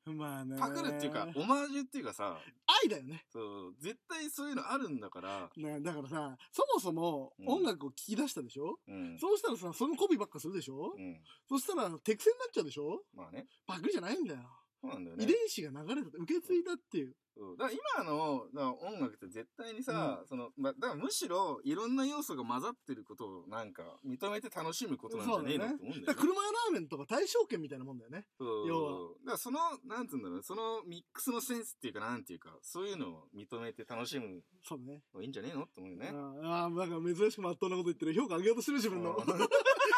[SPEAKER 1] まあね。
[SPEAKER 2] パクるっていうか、オマージュっていうかさ、
[SPEAKER 1] 愛だよね。
[SPEAKER 2] そう、絶対そういうのあるんだから、
[SPEAKER 1] ねだからさ、そもそも
[SPEAKER 2] うん
[SPEAKER 1] 音楽を聴き出したでしょ、
[SPEAKER 2] うん。
[SPEAKER 1] そうしたらさ、そのコピーばっかするでしょ、
[SPEAKER 2] うん。
[SPEAKER 1] そしたら、手癖になっちゃうでしょ
[SPEAKER 2] まあね。
[SPEAKER 1] パクリじゃないんだよ。
[SPEAKER 2] そうなんだよ
[SPEAKER 1] 遺
[SPEAKER 2] ね
[SPEAKER 1] 伝。子が流れた、受け継いだっていう。
[SPEAKER 2] そうだから今のだから音楽って絶対にさ、その、ま、だからむしろいろんな要素が混ざってることをなんか認めて楽しむことなんじゃねえの
[SPEAKER 1] そ
[SPEAKER 2] っ
[SPEAKER 1] う
[SPEAKER 2] て思うんだ
[SPEAKER 1] だ
[SPEAKER 2] よ
[SPEAKER 1] か
[SPEAKER 2] ね。
[SPEAKER 1] ら車やラーメンとか対象権みたいなもんだよね。
[SPEAKER 2] そ う
[SPEAKER 1] 要は
[SPEAKER 2] だからその、なんつうんだろうね、そのミックスのセンスっていうかなんていうか、そういうのを認めて楽しむ
[SPEAKER 1] そうだね。
[SPEAKER 2] のいいんじゃねえのって思うよね。
[SPEAKER 1] ああ、なん か珍しくまっとうなこと言ってる。評価上げようとしてる自分の。
[SPEAKER 2] うん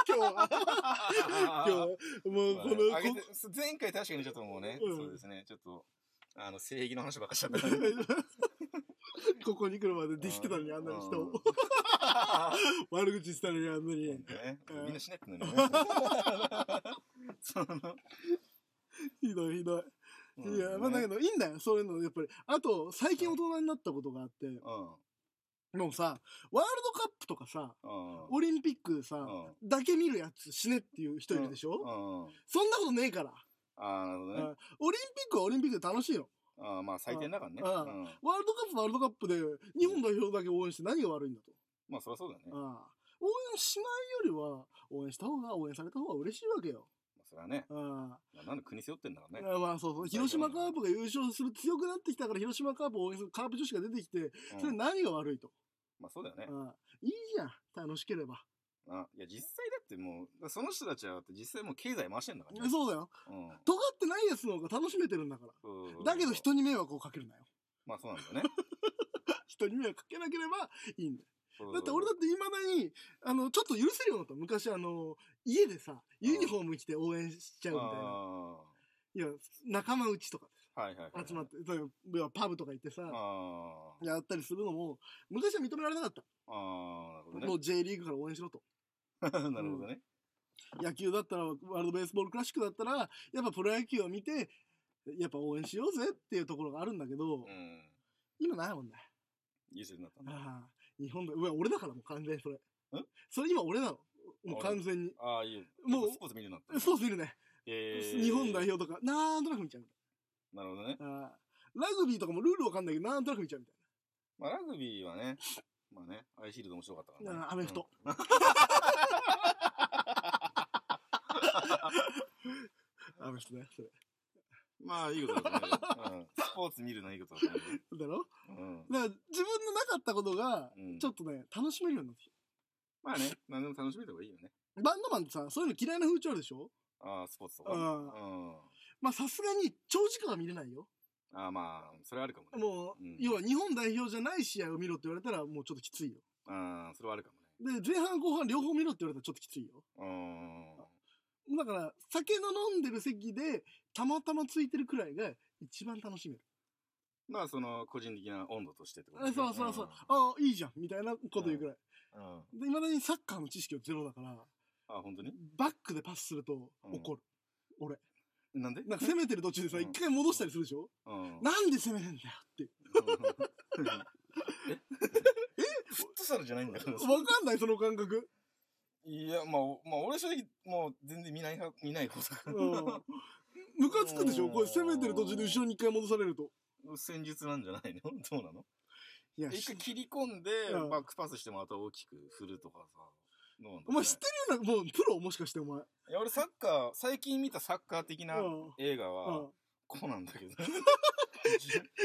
[SPEAKER 1] 今日は。今日は。もう
[SPEAKER 2] まあ
[SPEAKER 1] こ
[SPEAKER 2] ね
[SPEAKER 1] の、
[SPEAKER 2] あげて前回確かにちょっともうね、
[SPEAKER 1] うん
[SPEAKER 2] そうですね、ちょっと、あの、正義の話ばっかりしちゃったからね。
[SPEAKER 1] こ こに来る までディスってたのにあんなに人を。悪口したのにあんな
[SPEAKER 2] うん
[SPEAKER 1] に。
[SPEAKER 2] ね
[SPEAKER 1] うん
[SPEAKER 2] みんなしなくなるね。 その、
[SPEAKER 1] ひどいひどい。
[SPEAKER 2] うん
[SPEAKER 1] いや、まあだけど、いいんだよ。そういうの、やっぱり。あと、最近大人になったことがあって、
[SPEAKER 2] う
[SPEAKER 1] もうさ、ワールドカップとかさ、
[SPEAKER 2] ん。うん。
[SPEAKER 1] オリンピックさ、
[SPEAKER 2] う
[SPEAKER 1] だけ見るやつ死ねっていう人いるでしょ、
[SPEAKER 2] うん。
[SPEAKER 1] そんなことねえから。
[SPEAKER 2] ああ、なるほど
[SPEAKER 1] う
[SPEAKER 2] ね。
[SPEAKER 1] んオリンピックはオリンピックで楽しいよ。
[SPEAKER 2] ああ、まあ、採点だからね。
[SPEAKER 1] う
[SPEAKER 2] うんん。
[SPEAKER 1] ワールドカップはワールドカップで、日本代表だけ応援して何が悪いんだと。
[SPEAKER 2] まあ、そりゃそうだね。ま
[SPEAKER 1] ああ応援しないよりは、応援した方が、応援された方が嬉しいわけよ。
[SPEAKER 2] あそれはね。
[SPEAKER 1] ああ
[SPEAKER 2] まあなんで国背負ってんだからね。
[SPEAKER 1] ああまあそうそう。広島カープが優勝する、強くなってきたから、広島カープを応援するカープ女子が出てきて、
[SPEAKER 2] うん
[SPEAKER 1] それ何が悪いと。
[SPEAKER 2] まあ、そうだよね。
[SPEAKER 1] ああいいじゃん、楽しければ。
[SPEAKER 2] あいや、実際だってもう、その人たちはだって実際もう経済回してんだからね。
[SPEAKER 1] そうだよ。
[SPEAKER 2] うん。
[SPEAKER 1] 尖ってないやつの方が楽しめてるんだから。
[SPEAKER 2] そうそうそう
[SPEAKER 1] だけど。人に迷惑をかけるなよ。
[SPEAKER 2] まあ、そうなんだよね。
[SPEAKER 1] 人に迷惑かけなければいいんだよ。 だって俺
[SPEAKER 2] だ
[SPEAKER 1] だって未だに、あの、ちょっと許せるようになった。昔あの、家でさ、ユニフォーム着て応援しちゃうみたいな。いや、仲間内とか
[SPEAKER 2] はいはいはい。
[SPEAKER 1] 集まって、例えば要はパブとか行ってさ、
[SPEAKER 2] あ
[SPEAKER 1] やったりするのも、昔は認められなかった。
[SPEAKER 2] あ。ああ、なる
[SPEAKER 1] も
[SPEAKER 2] ほ
[SPEAKER 1] う J リーグから応援しろと。
[SPEAKER 2] どね。 なるほどね。
[SPEAKER 1] 野球だったら、ワールドベースボールクラシックだったら、やっぱプロ野球を見て、やっぱ応援しようぜっていうところがあるんだけど、
[SPEAKER 2] うん。
[SPEAKER 1] 今ないもんね。
[SPEAKER 2] 優秀になったんだ。
[SPEAKER 1] ああ、日本だ。うわ、俺だからもう完全にそれ。
[SPEAKER 2] ん
[SPEAKER 1] それ今俺なの。もう完全に。
[SPEAKER 2] ああ、いいよ。
[SPEAKER 1] もう
[SPEAKER 2] スポーツ見るようにな
[SPEAKER 1] え
[SPEAKER 2] った。。
[SPEAKER 1] そううするね。
[SPEAKER 2] え
[SPEAKER 1] 日本代
[SPEAKER 2] 表。
[SPEAKER 1] 表とか、なんとなく見ちゃうみ
[SPEAKER 2] なるほどね。
[SPEAKER 1] たいな。ああラグビーとかもルールわかんないけど、なんとなく見ちゃうみた
[SPEAKER 2] まあ、ラグビーはね、まあね、アイシールド面白かったか
[SPEAKER 1] い
[SPEAKER 2] ら
[SPEAKER 1] な。
[SPEAKER 2] ね
[SPEAKER 1] あ。あアメフト。 アメフトね、それ。
[SPEAKER 2] うん。まあ、いいことだね。うん。スポーツ見るのいいことだね。
[SPEAKER 1] だろ
[SPEAKER 2] うん。
[SPEAKER 1] だから自分のなかったことが、
[SPEAKER 2] うん
[SPEAKER 1] ちょっとね、楽しめるようになってき
[SPEAKER 2] まあね、何でも楽しめた方がいいよね。
[SPEAKER 1] た。バンドマンってさ、そういうの嫌いな風潮あるでしょ
[SPEAKER 2] ああ、スポーツと
[SPEAKER 1] あ
[SPEAKER 2] か。うん。
[SPEAKER 1] あまあさすがに長時間は見れないよ。
[SPEAKER 2] ああ、まあ、それはあるかもね。
[SPEAKER 1] もう、
[SPEAKER 2] うん
[SPEAKER 1] 要は日本代表じゃない試合を見ろって言われたらもうちょっときついよ。
[SPEAKER 2] ああ、それはあるかもね。
[SPEAKER 1] で、前半後半両方見ろって言われたらちょっときついよ。
[SPEAKER 2] うん。
[SPEAKER 1] だから、酒の飲んでる席で、たまたまついてるくらいが一番楽しめる。
[SPEAKER 2] まあその個人的な温度としてってこと
[SPEAKER 1] え
[SPEAKER 2] ね
[SPEAKER 1] そうそうそう。ああ、いいじゃん。みたいなこと言うくらい。
[SPEAKER 2] うん。うん
[SPEAKER 1] で、未だにサッカーの知識はゼロだから、
[SPEAKER 2] あ、本当に
[SPEAKER 1] バックでパスすると
[SPEAKER 2] うん
[SPEAKER 1] 怒る。
[SPEAKER 2] なんで
[SPEAKER 1] なんか攻めてる途中でさ、
[SPEAKER 2] うん
[SPEAKER 1] 一回戻したりするでしょ
[SPEAKER 2] うん。
[SPEAKER 1] なんで攻めるんだよって。
[SPEAKER 2] うん えフットサルじゃないんだから。
[SPEAKER 1] わかんない、その感覚。
[SPEAKER 2] いや、まあ、まあ、俺正直、もう全然見ない派、見ない方だ
[SPEAKER 1] う
[SPEAKER 2] か
[SPEAKER 1] ん。ムカつくでしょこれ攻めてる途中で後ろに一回戻されると。
[SPEAKER 2] ら。戦術なんじゃないのどうなの
[SPEAKER 1] いや、
[SPEAKER 2] 一
[SPEAKER 1] し
[SPEAKER 2] 回切り込んで
[SPEAKER 1] うん、
[SPEAKER 2] バックパスしてまた大きく振るとかさ。どうなんだろうね
[SPEAKER 1] お前知ってるような、もうプロもしかしてお前。うん
[SPEAKER 2] いや、俺サッカー、最近見たサッカー的な
[SPEAKER 1] うん
[SPEAKER 2] 映画
[SPEAKER 1] う
[SPEAKER 2] は
[SPEAKER 1] ん、
[SPEAKER 2] こうなんだけ ど。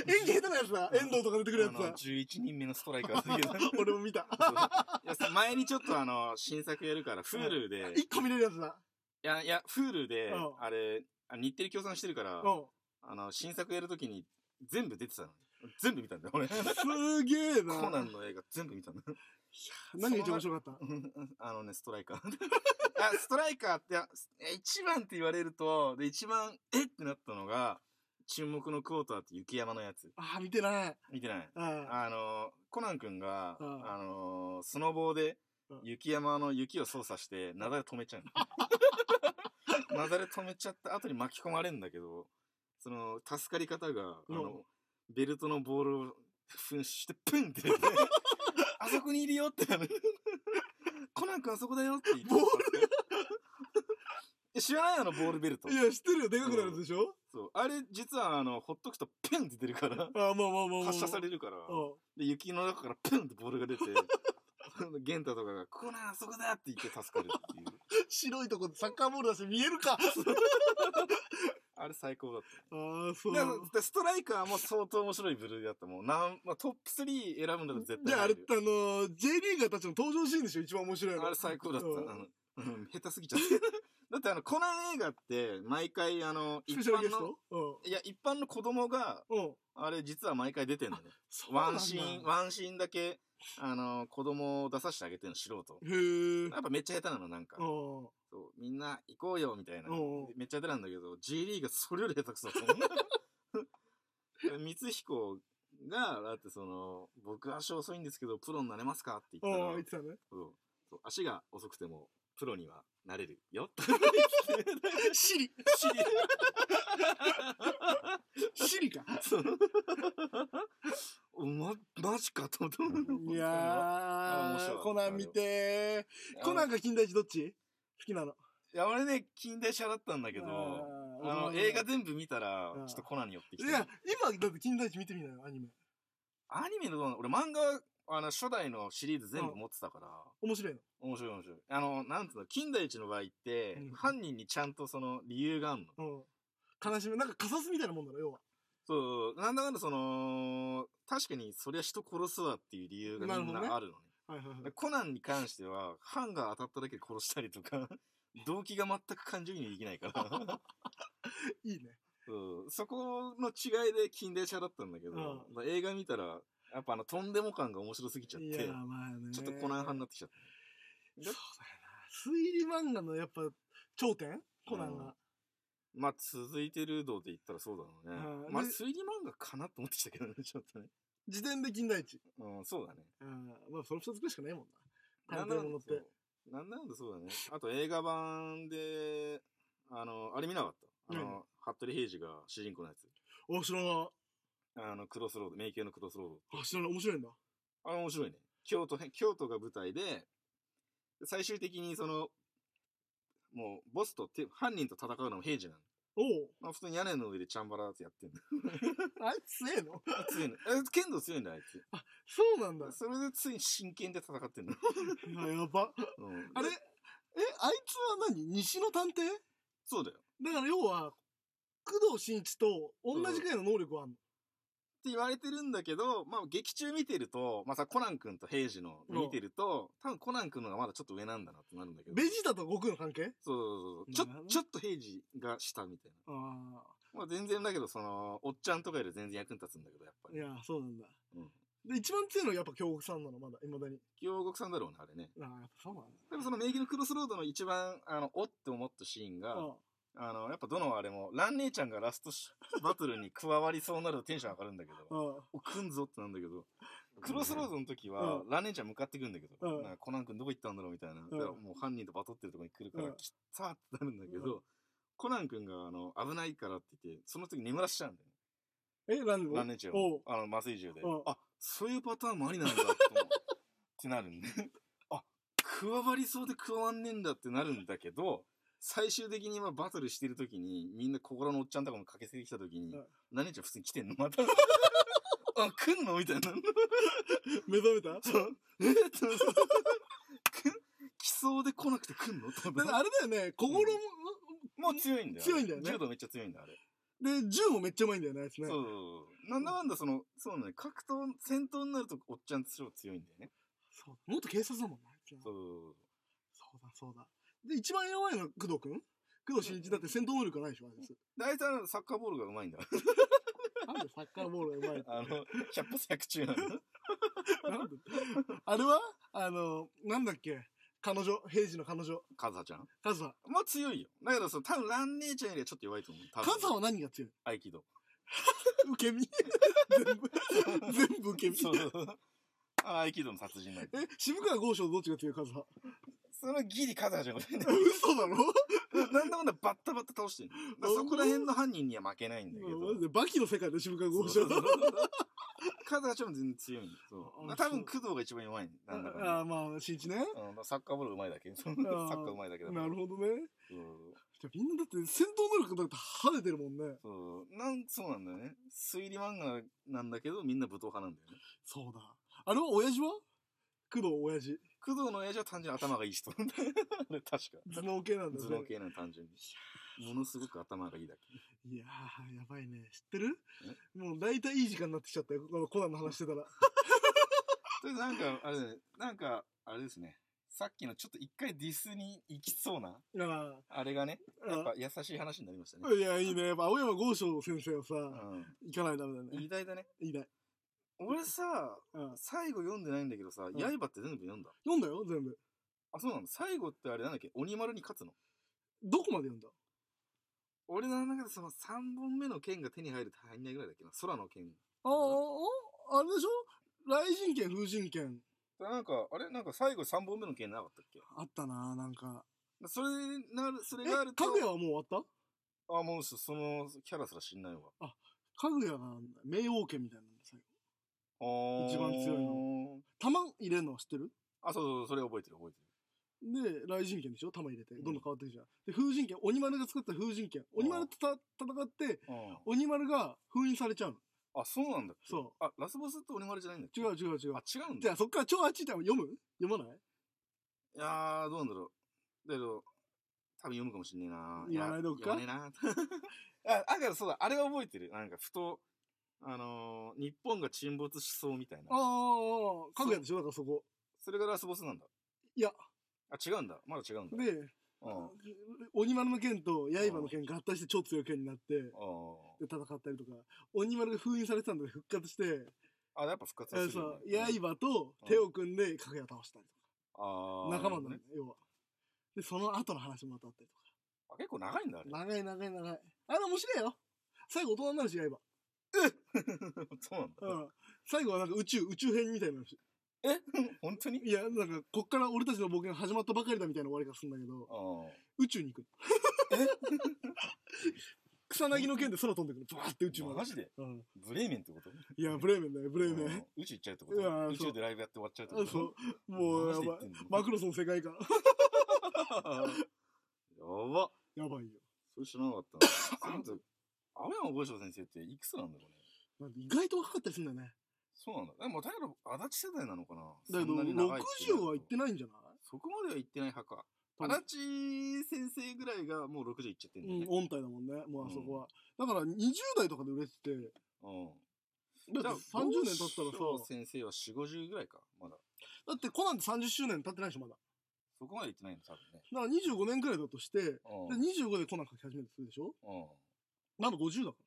[SPEAKER 1] 演技下手なやつだ。遠藤とか出てくるやつだ
[SPEAKER 2] あの。11人目のストライカーだけど。
[SPEAKER 1] 俺も見た。
[SPEAKER 2] いやさ前にちょっとあの、新作やるから、フールで、い
[SPEAKER 1] 一個見れるやつだ。
[SPEAKER 2] や、いや、フールで
[SPEAKER 1] うん、
[SPEAKER 2] あれ、あ日テレ協賛してるから、
[SPEAKER 1] う
[SPEAKER 2] あの、新作やるときに全部出てたの。全部見たんだよ、 俺。コ
[SPEAKER 1] ん。すげえな。
[SPEAKER 2] ナンの 映画全部見たんだ。
[SPEAKER 1] 何が一番面白かった
[SPEAKER 2] あのね、ストライカー。 あ、ストライカーって、あえ一番って言われると、で、一番、えってなったのが、注目のクォーターって雪山のやつ。
[SPEAKER 1] ああ、見てない。
[SPEAKER 2] 見てない
[SPEAKER 1] あ
[SPEAKER 2] あの、コナン君が、
[SPEAKER 1] うん
[SPEAKER 2] あの、スノボーで
[SPEAKER 1] うん、
[SPEAKER 2] 雪山の雪を操作して、雪崩止めちゃ うの。雪崩止めちゃった後に巻き込まれるんだけど、その、助かり方が、あ
[SPEAKER 1] うん
[SPEAKER 2] の、ベルトのボールを、噴射して、プンって出て、 あそこにいるよってなる。 コナン君あそこだよって言って。
[SPEAKER 1] ボー
[SPEAKER 2] ル知らないあのボールベルト
[SPEAKER 1] あ。い。や、知ってるよ。でかくなるやつでしょ
[SPEAKER 2] そう。あれ、実はあの、ほっとくと、ペンって出るから、
[SPEAKER 1] ああ、まあまあまあまあ。
[SPEAKER 2] 発射され
[SPEAKER 1] る。
[SPEAKER 2] るから。
[SPEAKER 1] う
[SPEAKER 2] で、雪の中からプンってボールが出て、玄太とかが、コナンそこだって言って助かるっていう。
[SPEAKER 1] ん。白いとこサッカーボールだし見えるか。
[SPEAKER 2] あれ最高だった。
[SPEAKER 1] ああ、そう。
[SPEAKER 2] だからストライカーも相当面白いブルーだった。もう、なん、まあ、トップ3選ぶんだったら絶
[SPEAKER 1] じ
[SPEAKER 2] 対
[SPEAKER 1] ゃああれ、
[SPEAKER 2] 入
[SPEAKER 1] あ
[SPEAKER 2] る
[SPEAKER 1] のー、J リーガーたちの登場シーンでしょ一番面白いの。
[SPEAKER 2] あれ最高だった。
[SPEAKER 1] う
[SPEAKER 2] あ
[SPEAKER 1] ん
[SPEAKER 2] の、うん下手すぎちゃった。だ ってあの、コナン映画って、毎回あの、
[SPEAKER 1] ス
[SPEAKER 2] 一
[SPEAKER 1] ペシャルゲ
[SPEAKER 2] 般
[SPEAKER 1] ス
[SPEAKER 2] の、
[SPEAKER 1] トうん。
[SPEAKER 2] いや、一般の子供が、
[SPEAKER 1] うん。
[SPEAKER 2] あれ実は毎回出てんのね。
[SPEAKER 1] そうな
[SPEAKER 2] ワ
[SPEAKER 1] んだ
[SPEAKER 2] ンシーン、ワンシーンだけ、あの、子供を出させてあげてんの、素人。
[SPEAKER 1] へえ。
[SPEAKER 2] やっぱめっちゃ下手なの、なんか。
[SPEAKER 1] うん。
[SPEAKER 2] そう、みんな行こうよ、みたいな。
[SPEAKER 1] おうおう
[SPEAKER 2] めっちゃ出なんだけど、J リーがそれより下手くそだと思う。光彦が、だってその、僕足遅いんですけど、プロになれますかって言った
[SPEAKER 1] ああ、
[SPEAKER 2] ら
[SPEAKER 1] 言っ、てたね。
[SPEAKER 2] そうそう足が遅くても、プロにはなれる よ。
[SPEAKER 1] シリ。
[SPEAKER 2] 知り
[SPEAKER 1] シリか。
[SPEAKER 2] そう おま、マジかと思った。
[SPEAKER 1] いや
[SPEAKER 2] あ面白か
[SPEAKER 1] ー、
[SPEAKER 2] った
[SPEAKER 1] コナン見てー。コナン
[SPEAKER 2] い
[SPEAKER 1] か金田一どっち好きなの。
[SPEAKER 2] や、俺ね、近代車だったんだけど、あの、映画
[SPEAKER 1] で。
[SPEAKER 2] 全部見たら
[SPEAKER 1] うん、
[SPEAKER 2] ちょっとコナンに寄ってき
[SPEAKER 1] い
[SPEAKER 2] た。
[SPEAKER 1] や、今だって金田一見てみないアニメ。
[SPEAKER 2] アニメのどうなの俺漫画は、あの、初代のシリーズ全部持ってたから、
[SPEAKER 1] 面白いの。
[SPEAKER 2] 面白い面白い。あの、なんつうの、金田一の場合って、
[SPEAKER 1] うん
[SPEAKER 2] 犯人にちゃんとその理由があるの。
[SPEAKER 1] うん。悲しみ、なんかカサスみたいなもんだろ、要は。
[SPEAKER 2] そう、なんだかんだその、確かにそりゃ人殺すわっていう理由がみん
[SPEAKER 1] なるほどね
[SPEAKER 2] なあるのね。
[SPEAKER 1] はいはいはい。
[SPEAKER 2] コナンに関しては、犯が当たっただけで殺したりとか、 動機が全く感情移入できな いから、
[SPEAKER 1] いいね。
[SPEAKER 2] そうそこの違いで金田一派だったんだけど、映画見たら、やっぱあの、とんでも感が面白すぎちゃっ
[SPEAKER 1] いや
[SPEAKER 2] て
[SPEAKER 1] ー、、まあね。
[SPEAKER 2] ちょっとコナン派になってきちゃった。
[SPEAKER 1] そうだよな。推理漫画のやっぱ頂点コナンが。
[SPEAKER 2] まあ、続いてる道で言ったらそうだろうね
[SPEAKER 1] う。ん
[SPEAKER 2] まあ、
[SPEAKER 1] で
[SPEAKER 2] 推理漫画かなと思ってきたけどね、 ちょっとね。
[SPEAKER 1] 時点で金田一。
[SPEAKER 2] うん、そうだね。
[SPEAKER 1] うん。まあ、その二つくらいしかないもんな。
[SPEAKER 2] なん
[SPEAKER 1] 探
[SPEAKER 2] だか
[SPEAKER 1] 偵
[SPEAKER 2] ん
[SPEAKER 1] 物
[SPEAKER 2] だ
[SPEAKER 1] って。
[SPEAKER 2] そうなんだかんだそうだね。あと映画版で、あの、あれ見なかった。あの、服部平次が主人公のやつ。
[SPEAKER 1] お、知らない。
[SPEAKER 2] あの、クロスロード、名犬のクロスロード。
[SPEAKER 1] あ、知らない。面白いんだ。
[SPEAKER 2] あれ面白いね。京都編、京都が舞台で、最終的にその、もう、ボスとて犯人と戦うのも平次なの。
[SPEAKER 1] おう
[SPEAKER 2] まあ、普通に屋根の上でチャンバラってやってんの。
[SPEAKER 1] あいつ強えの
[SPEAKER 2] 強いの。え剣道強いんだ、あいつ。
[SPEAKER 1] そうなんだ。
[SPEAKER 2] それでついに真剣で戦ってんの。
[SPEAKER 1] あやば。
[SPEAKER 2] うん
[SPEAKER 1] あれえ、あいつは何西の探偵
[SPEAKER 2] そうだよ。っ
[SPEAKER 1] だから要は、工藤新一と同じくらいの能力はあんの。
[SPEAKER 2] て言われてるんだけど、まあ劇中見てると、まあさ、コナン君と平次の
[SPEAKER 1] うん
[SPEAKER 2] 見てると、多分コナン君の方がまだちょっと上なんだなってなるんだけど。
[SPEAKER 1] ベジータと悟空の関係
[SPEAKER 2] そうそうそうそう。
[SPEAKER 1] なる
[SPEAKER 2] ち
[SPEAKER 1] ほ
[SPEAKER 2] ょ、
[SPEAKER 1] ど
[SPEAKER 2] ちょっと平次が下みたい
[SPEAKER 1] あ
[SPEAKER 2] な。まあ全然だけど、その、おっちゃんとかより全然役に立つんだけど、やっぱ
[SPEAKER 1] あ。い
[SPEAKER 2] り。
[SPEAKER 1] や、そうなんだ。
[SPEAKER 2] うん
[SPEAKER 1] で、一番強いのはやっぱ京極さんなの、まだ、未だに。
[SPEAKER 2] 京極さんだろうね、あれね。
[SPEAKER 1] ああ、やっぱそうなんだ。
[SPEAKER 2] でもその名義のクロスロードの一番、あの、おって思ったシーンが、
[SPEAKER 1] あ
[SPEAKER 2] あの、やっぱどのあれも、ラン姉ちゃんがラストしバトルに加わりそうになるとテンション上がるんだけど、
[SPEAKER 1] うん。
[SPEAKER 2] おくんぞってなんだけど、クロスロードの時は、
[SPEAKER 1] う
[SPEAKER 2] ラン姉ちゃん向かってくるんだけど、
[SPEAKER 1] うん
[SPEAKER 2] なんかコナン君どこ行ったんだろうみたいな、だからもう犯人とバトってるとこに来るから、
[SPEAKER 1] うん
[SPEAKER 2] きったーってなるんだけ
[SPEAKER 1] う
[SPEAKER 2] ど、コナン君があの危ないからって言って、その時眠らしちゃうんだよね。
[SPEAKER 1] え、ラン
[SPEAKER 2] ラン
[SPEAKER 1] ネ
[SPEAKER 2] 姉ちゃん
[SPEAKER 1] お
[SPEAKER 2] を
[SPEAKER 1] う。
[SPEAKER 2] あの、麻酔銃で
[SPEAKER 1] うん。
[SPEAKER 2] あ、そういうパターンもありなんだって思うってなるんで。 あ、加わりそうで加わんねえんだってなるんだけど、最終的にまあバトルしてる時に、みんな心のおっちゃんとかも駆けつけてきた時に
[SPEAKER 1] うん、
[SPEAKER 2] ラン姉ちゃん普通に来てんの また。あ、来んのみたいな。
[SPEAKER 1] 目覚めた
[SPEAKER 2] そう。 えっと、く来そうで来なくて来んのと思
[SPEAKER 1] だ
[SPEAKER 2] っ
[SPEAKER 1] か
[SPEAKER 2] て
[SPEAKER 1] らあれだよね、心も、
[SPEAKER 2] もう強いんだよ。
[SPEAKER 1] 強いんだよね
[SPEAKER 2] 柔道めっちゃ強いんだ、あれ。
[SPEAKER 1] で、銃もめっちゃうまいんだよね、あいつね。
[SPEAKER 2] そうそうそう。なんだかんだ、その、そうね、格闘、戦闘になるとおっちゃん超強いんだよね。
[SPEAKER 1] そうだ。元警察だもんな、あいつな
[SPEAKER 2] そうそう
[SPEAKER 1] そうだ、そうだ。で、一番弱いのは工藤くん工藤新一だって戦闘能力ないでしょ、あい つ。
[SPEAKER 2] そう。大体あのサッカーボールがうまいんだ。
[SPEAKER 1] なんでサッカーボールがうまい
[SPEAKER 2] あの、百発百中なんだ。
[SPEAKER 1] なんで あれはあの、なんだっけ彼女、平時の彼女、
[SPEAKER 2] カズハちゃん
[SPEAKER 1] カズハ。
[SPEAKER 2] まあ強いよ。だけど、その、多分ラン姉ちゃんよりはちょっと弱いと思う。多
[SPEAKER 1] カ
[SPEAKER 2] 分
[SPEAKER 1] ズハは何が強い
[SPEAKER 2] 合気道。
[SPEAKER 1] 受け 身全部、全部受け身。
[SPEAKER 2] そうそうそう。あ合気道の殺人なんだ。
[SPEAKER 1] え、渋川豪商どっちが強いカズハ。
[SPEAKER 2] そのギリカズハちゃんこれね。
[SPEAKER 1] 嘘だろ
[SPEAKER 2] なんだかんだバッタバッタ倒してる。だからそこら辺の犯人には負けないんだけど
[SPEAKER 1] マ。ジでバキの世界で渋川豪
[SPEAKER 2] そ
[SPEAKER 1] 商
[SPEAKER 2] うそうそうカズハちゃんも全然強いんだそう。
[SPEAKER 1] あ
[SPEAKER 2] 多分工藤が一番弱いんだ。なんだかんだ
[SPEAKER 1] ああ、まあ、新一ね。
[SPEAKER 2] うんサッカーボールうまいだけ。 サッ
[SPEAKER 1] ー
[SPEAKER 2] カーうまいだけだから
[SPEAKER 1] なるほどね。
[SPEAKER 2] そう
[SPEAKER 1] じゃあみんなだって戦闘能力だって跳ねてるもんね。
[SPEAKER 2] そう。なん、そうなんだよね。推理漫画なんだけど、みんな武闘派なんだよね。
[SPEAKER 1] そうだ。あれは親父は工藤親父。
[SPEAKER 2] 工藤の親父は単純に頭がいい人。あれ 確か。
[SPEAKER 1] 頭脳系なんだ
[SPEAKER 2] 頭
[SPEAKER 1] よ
[SPEAKER 2] 脳
[SPEAKER 1] ね。
[SPEAKER 2] 系なの単純に。ものすごく頭がいいだけ。
[SPEAKER 1] いやー、やばいね。知ってるもう大体いい時間になってきちゃったよ。このコナンの話してたら。
[SPEAKER 2] とりあえずなんか、あれだね、なんか、あれですね。さっきのちょっと一回ディスに行きそうな、
[SPEAKER 1] だか
[SPEAKER 2] あれがね、
[SPEAKER 1] ら、
[SPEAKER 2] やっぱ優しい話になりましたね
[SPEAKER 1] あ。いや、いいね。やっぱ青山豪昌先生はさ、
[SPEAKER 2] う
[SPEAKER 1] 行かないとダメだ
[SPEAKER 2] ん。
[SPEAKER 1] ね。
[SPEAKER 2] 偉大だね。
[SPEAKER 1] いいね。
[SPEAKER 2] 俺さ、
[SPEAKER 1] うん。
[SPEAKER 2] 最後読んでないんだけどさ、
[SPEAKER 1] ん
[SPEAKER 2] 刃って全部読んだ。
[SPEAKER 1] 読んだよ、全部。
[SPEAKER 2] あ、そうなの最後ってあれなんだっけ鬼丸に勝つの
[SPEAKER 1] どこまで読んだ
[SPEAKER 2] 俺の中でその3本目の剣が手に入る入んないぐらいだっけな空の剣。
[SPEAKER 1] ああ、あれでしょ雷神剣、風神剣。
[SPEAKER 2] なんか、あれなんか最後3本目の剣なかったっけ
[SPEAKER 1] あったな、なんか。
[SPEAKER 2] それなる、それ
[SPEAKER 1] え、
[SPEAKER 2] が
[SPEAKER 1] か
[SPEAKER 2] あると。
[SPEAKER 1] ぐやはもう終わった
[SPEAKER 2] あ、もうそそのキャラすら知んないわ。
[SPEAKER 1] かぐやが冥王剣みたいなの最後。一
[SPEAKER 2] 一
[SPEAKER 1] 番強い
[SPEAKER 2] の。
[SPEAKER 1] 玉入れるのは知ってる
[SPEAKER 2] あ、そうそう、それ覚えてる覚えてる。
[SPEAKER 1] で、雷神剣でしょ玉入れて。
[SPEAKER 2] ん
[SPEAKER 1] どんどん変わっていくじゃん。で、風神剣、鬼丸が作った風神剣。鬼丸とた戦って、
[SPEAKER 2] う
[SPEAKER 1] 鬼丸が封印されちゃうの。
[SPEAKER 2] ん。あ、そうなんだっけ
[SPEAKER 1] そ
[SPEAKER 2] あ、ラスボスって鬼丸じゃないんだっけ
[SPEAKER 1] 違う違う違う。
[SPEAKER 2] あ、違うん
[SPEAKER 1] じ
[SPEAKER 2] だ。
[SPEAKER 1] ゃあそっから超あっち行ったら読む読まない
[SPEAKER 2] いやー、どうなんだろう。だけど、多分読むかもしんねえな
[SPEAKER 1] 言わないでおくか
[SPEAKER 2] や言わねえな あ、だからそうだ、あれは覚えてる。なんか、ふと、あのー、日本が沈没しそうみたい
[SPEAKER 1] あ
[SPEAKER 2] な。
[SPEAKER 1] あ、かぐやでしょだからそこ。
[SPEAKER 2] それがラスボスなんだ。
[SPEAKER 1] いや、
[SPEAKER 2] あ、違うんだ。まだ違うんだ。
[SPEAKER 1] で、
[SPEAKER 2] うん。あ
[SPEAKER 1] 鬼丸の剣と刃の剣合体して超強い剣になって、で戦ったりとか、鬼丸が封印されてたんで復活して、
[SPEAKER 2] あ。あ、やっぱ復活
[SPEAKER 1] え
[SPEAKER 2] は
[SPEAKER 1] ー
[SPEAKER 2] する
[SPEAKER 1] そう
[SPEAKER 2] よ、ね。うん
[SPEAKER 1] 刃と手を組んでかぐや倒したり
[SPEAKER 2] あ
[SPEAKER 1] とか、
[SPEAKER 2] ー
[SPEAKER 1] 仲間
[SPEAKER 2] な
[SPEAKER 1] だね
[SPEAKER 2] る、
[SPEAKER 1] 要は。で、その後の話もまたあったり
[SPEAKER 2] ほどねあ結構長いんだ、あれ
[SPEAKER 1] と。か。長い長い長い。あれ面白いよ。最後大人になるし、刃。
[SPEAKER 2] そうなんだ。
[SPEAKER 1] うん。最後はなんか宇宙、宇宙編みたいな話。
[SPEAKER 2] え 本当に
[SPEAKER 1] いや、なんか、こっから俺たちの冒険始まったばかりだみたいな終わり方するんだけど
[SPEAKER 2] あ、ー
[SPEAKER 1] 宇宙に行く。 草薙の剣で空飛んでくる。バーって宇宙まで
[SPEAKER 2] マ。ジで
[SPEAKER 1] うん、
[SPEAKER 2] ブレーメンってこと
[SPEAKER 1] いや、ブレーメンだよ、ブレーメン。
[SPEAKER 2] うん宇宙行っちゃうってこ
[SPEAKER 1] いやー
[SPEAKER 2] と宇
[SPEAKER 1] そう
[SPEAKER 2] 宙でライブやって終わっちゃうって
[SPEAKER 1] あ
[SPEAKER 2] こと
[SPEAKER 1] そう。もう、
[SPEAKER 2] マ
[SPEAKER 1] や
[SPEAKER 2] ジで
[SPEAKER 1] ばい
[SPEAKER 2] 言ってんの。
[SPEAKER 1] マクロソン世界観。
[SPEAKER 2] やば
[SPEAKER 1] やばいよ。
[SPEAKER 2] それ知らな かったな。なんで青山豪昌先生っていくつなんだろうね。
[SPEAKER 1] なんで意外と若かったりするんだよね。
[SPEAKER 2] そうなんだ。でも、だけど、足立世代なのかな
[SPEAKER 1] だけど、
[SPEAKER 2] そんなに長いてなる
[SPEAKER 1] 60
[SPEAKER 2] と
[SPEAKER 1] は行ってないんじゃない
[SPEAKER 2] そこまでは行ってない派か。
[SPEAKER 1] 多分
[SPEAKER 2] 足立先生ぐらいがもう60行っちゃってんだ
[SPEAKER 1] う
[SPEAKER 2] よ
[SPEAKER 1] ん、
[SPEAKER 2] ね。
[SPEAKER 1] 音体だもんね、もうあそこは。だから20代とかで売れてて、
[SPEAKER 2] うん。
[SPEAKER 1] だって30年経ったら
[SPEAKER 2] 豪昌
[SPEAKER 1] さ、
[SPEAKER 2] 先生は4、50ぐらいか。まだ。
[SPEAKER 1] だってコナンって30周年経ってないでしょ、まだ。
[SPEAKER 2] そこまで行ってないの、多分ね。
[SPEAKER 1] だから25年くらいだとして、で
[SPEAKER 2] うん。
[SPEAKER 1] 25でコナン書き始めてするでしょ
[SPEAKER 2] うん。
[SPEAKER 1] まだ50だか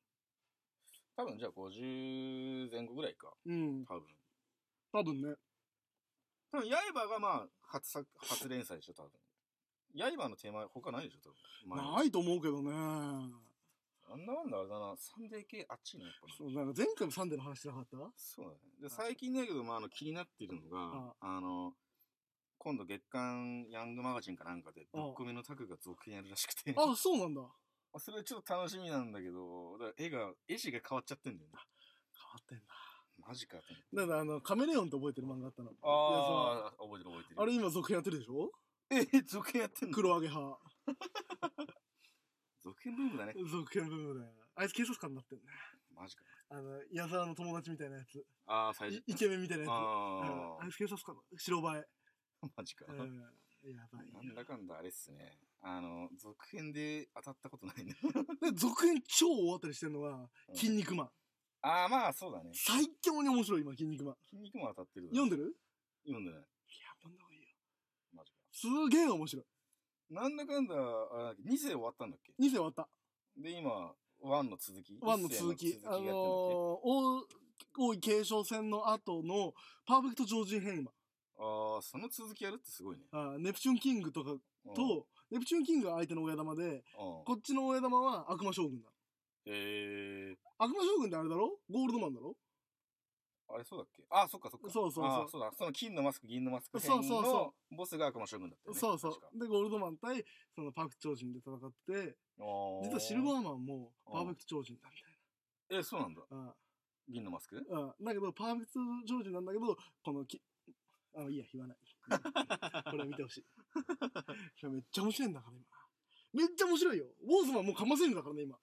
[SPEAKER 2] 多分じゃあ50前後ぐらいか。
[SPEAKER 1] ら。うん。
[SPEAKER 2] 多分。
[SPEAKER 1] 多分ね。
[SPEAKER 2] 多分、刃がまあ、初作、初連載でしょ、多分。刃のテーマ、他ないでしょ、多分。前
[SPEAKER 1] ないと思うけどね。
[SPEAKER 2] あんなもんだ、あれだな。サンデー系、あっちね、やっぱり。
[SPEAKER 1] そう、なんか前回もサンデーの話しなかった
[SPEAKER 2] そうだね。で、最近だけど、まあ、あの、気になってるのが、あの、今度月刊ヤングマガジンかなんかで、ぶっ込みのタクが続編やるらしくて、
[SPEAKER 1] あ、そうなんだ。変わ
[SPEAKER 2] それちょっと楽しみなんだけど、だから絵が、絵師が変わっちゃってんだよね。
[SPEAKER 1] ってんだ。
[SPEAKER 2] マジかと思って。
[SPEAKER 1] なんだ、あの、カメレオンって覚えてる漫画あったの。いや
[SPEAKER 2] ああ、覚えてる覚え
[SPEAKER 1] そ
[SPEAKER 2] て
[SPEAKER 1] う
[SPEAKER 2] る。
[SPEAKER 1] あれ今続編やってるでしょ
[SPEAKER 2] れえ、続編やってんの
[SPEAKER 1] 黒揚げ派。
[SPEAKER 2] 続編ブームだね。
[SPEAKER 1] 続編部分で。あいつ警察官になってんね。
[SPEAKER 2] マジか。
[SPEAKER 1] あの、矢沢の友達みたいなやつ。
[SPEAKER 2] ああ、最
[SPEAKER 1] い
[SPEAKER 2] 初。
[SPEAKER 1] イケメンみたいなやつ。
[SPEAKER 2] あ
[SPEAKER 1] うんあいつ警察官の白バイ。
[SPEAKER 2] あ、マジか。
[SPEAKER 1] うん
[SPEAKER 2] な
[SPEAKER 1] やばい。
[SPEAKER 2] んだかんだあれっすね。あの、続編で当たったことないね。
[SPEAKER 1] で、続編超大当たりしてるのが、 筋肉マン。
[SPEAKER 2] ああ、まあ、そうだね。
[SPEAKER 1] 最強に面白い、今、筋肉マン。
[SPEAKER 2] 筋肉も当たってる。
[SPEAKER 1] 読んで
[SPEAKER 2] る
[SPEAKER 1] る
[SPEAKER 2] 読んでない。
[SPEAKER 1] いや、読んだ方がいいよ。
[SPEAKER 2] マジか。
[SPEAKER 1] すげえ面白い。
[SPEAKER 2] なんだかんだ、あれだっけ、2世終わったんだっけ
[SPEAKER 1] 2世終わった。
[SPEAKER 2] で、今、1の続き。
[SPEAKER 1] 1の続き。
[SPEAKER 2] 一世
[SPEAKER 1] あの
[SPEAKER 2] やってんだっけ
[SPEAKER 1] ー、王、王位継承戦の後の、パーフェクト超人編今。
[SPEAKER 2] ああ、その続きやるってすごいね。
[SPEAKER 1] あーネプチューンキングとか
[SPEAKER 2] うん、
[SPEAKER 1] と、ネプチューンキングが相手の親玉で、
[SPEAKER 2] うん
[SPEAKER 1] こっちの親玉は悪魔将軍なの。
[SPEAKER 2] ええ
[SPEAKER 1] 悪魔将軍ってあれだろゴールドマンだろ
[SPEAKER 2] あれそうだっけあ、そっかそっか。
[SPEAKER 1] そうそうそう
[SPEAKER 2] あーそうだ。その金のマスク、銀のマスク編
[SPEAKER 1] そうそう
[SPEAKER 2] の
[SPEAKER 1] そ
[SPEAKER 2] ボスが悪魔将軍だったよね。
[SPEAKER 1] そうそ
[SPEAKER 2] 確か
[SPEAKER 1] う。で、ゴールドマン対、そのパーフェクト超人で戦って、
[SPEAKER 2] あー
[SPEAKER 1] 実はシルバーマンも
[SPEAKER 2] あー
[SPEAKER 1] パーフェクト超人なんだよ。
[SPEAKER 2] え、そうなんだ。
[SPEAKER 1] あ
[SPEAKER 2] 銀のマスク
[SPEAKER 1] ーあーだけど、パーフェクト超人なんだけど、このき、あ、いいや、言わない。これは見てほし い。いやめっちゃ面白いんだから、今。めっちゃ面白いよ。ウォーズマンもうかませるんだからね、今。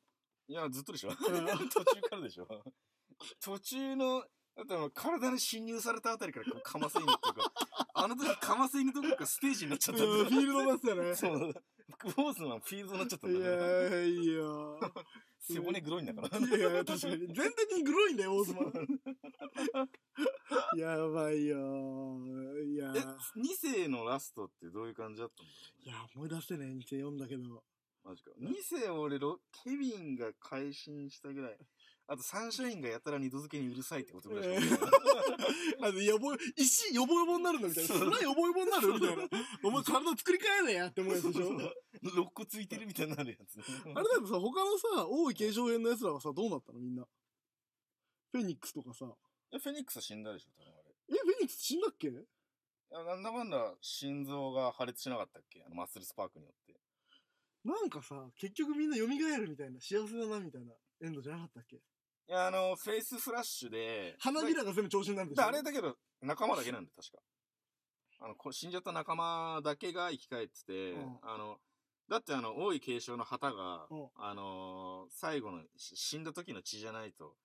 [SPEAKER 2] いや、ずっ とでしょ途
[SPEAKER 1] ん
[SPEAKER 2] 中からでしょ途中の、だってあの体に侵入されたあたりからこうかませ犬っていうか、あの時かませ犬どころかステージになっちゃ
[SPEAKER 1] フ
[SPEAKER 2] ったんだよ
[SPEAKER 1] ィールドなんすよ ね。
[SPEAKER 2] そう。フォースマンフィールドになっちゃった
[SPEAKER 1] い
[SPEAKER 2] んだよ。
[SPEAKER 1] やいや。
[SPEAKER 2] 背骨グロいんだから。
[SPEAKER 1] いやいや、確かに。全体的にグロいんだよ、ウォーズマン。 やばいよ。いや。
[SPEAKER 2] え、2世のラストってどういう感じだったんだろう
[SPEAKER 1] いや、思い出せねえ、店読んだけど。
[SPEAKER 2] マジか。2世は俺ロ、ケビンが改心したぐらい。あと、サンシャインがやたら二度付けにうるさいってことぐらいしか
[SPEAKER 1] あの、やぼ、石、よぼよぼになるんだみたいな。
[SPEAKER 2] そう
[SPEAKER 1] 砂よぼよぼになるみたいな。お前体作り変えねえやって思うやつでしょ。
[SPEAKER 2] 肋骨ついてるみたいになるやつね。
[SPEAKER 1] あれだってさ、他のさ、王位継承編の奴らはさ、どうなったのみんな。フェニックスとかさ。
[SPEAKER 2] えフェニックスは死んだでしょ、多分あれ。
[SPEAKER 1] え、フェニックス死んだっけ
[SPEAKER 2] いやなんだかんだ心臓が破裂しなかったっけあのマッスルスパークによって。
[SPEAKER 1] なんかさ、結局みんな蘇るみたいな、幸せだなみたいなエンドじゃなかったっけ
[SPEAKER 2] いや、あの、フェイスフラッシュで。
[SPEAKER 1] 花びらが全部調子になるんでしょ
[SPEAKER 2] だあれだけど、仲間だけなんで、確か。あの、こ死んじゃった仲間だけが生き返ってて、
[SPEAKER 1] うん
[SPEAKER 2] あの、だってあの、王位継承の旗が、
[SPEAKER 1] うん
[SPEAKER 2] あのー最後のし死んだ時の血じゃないと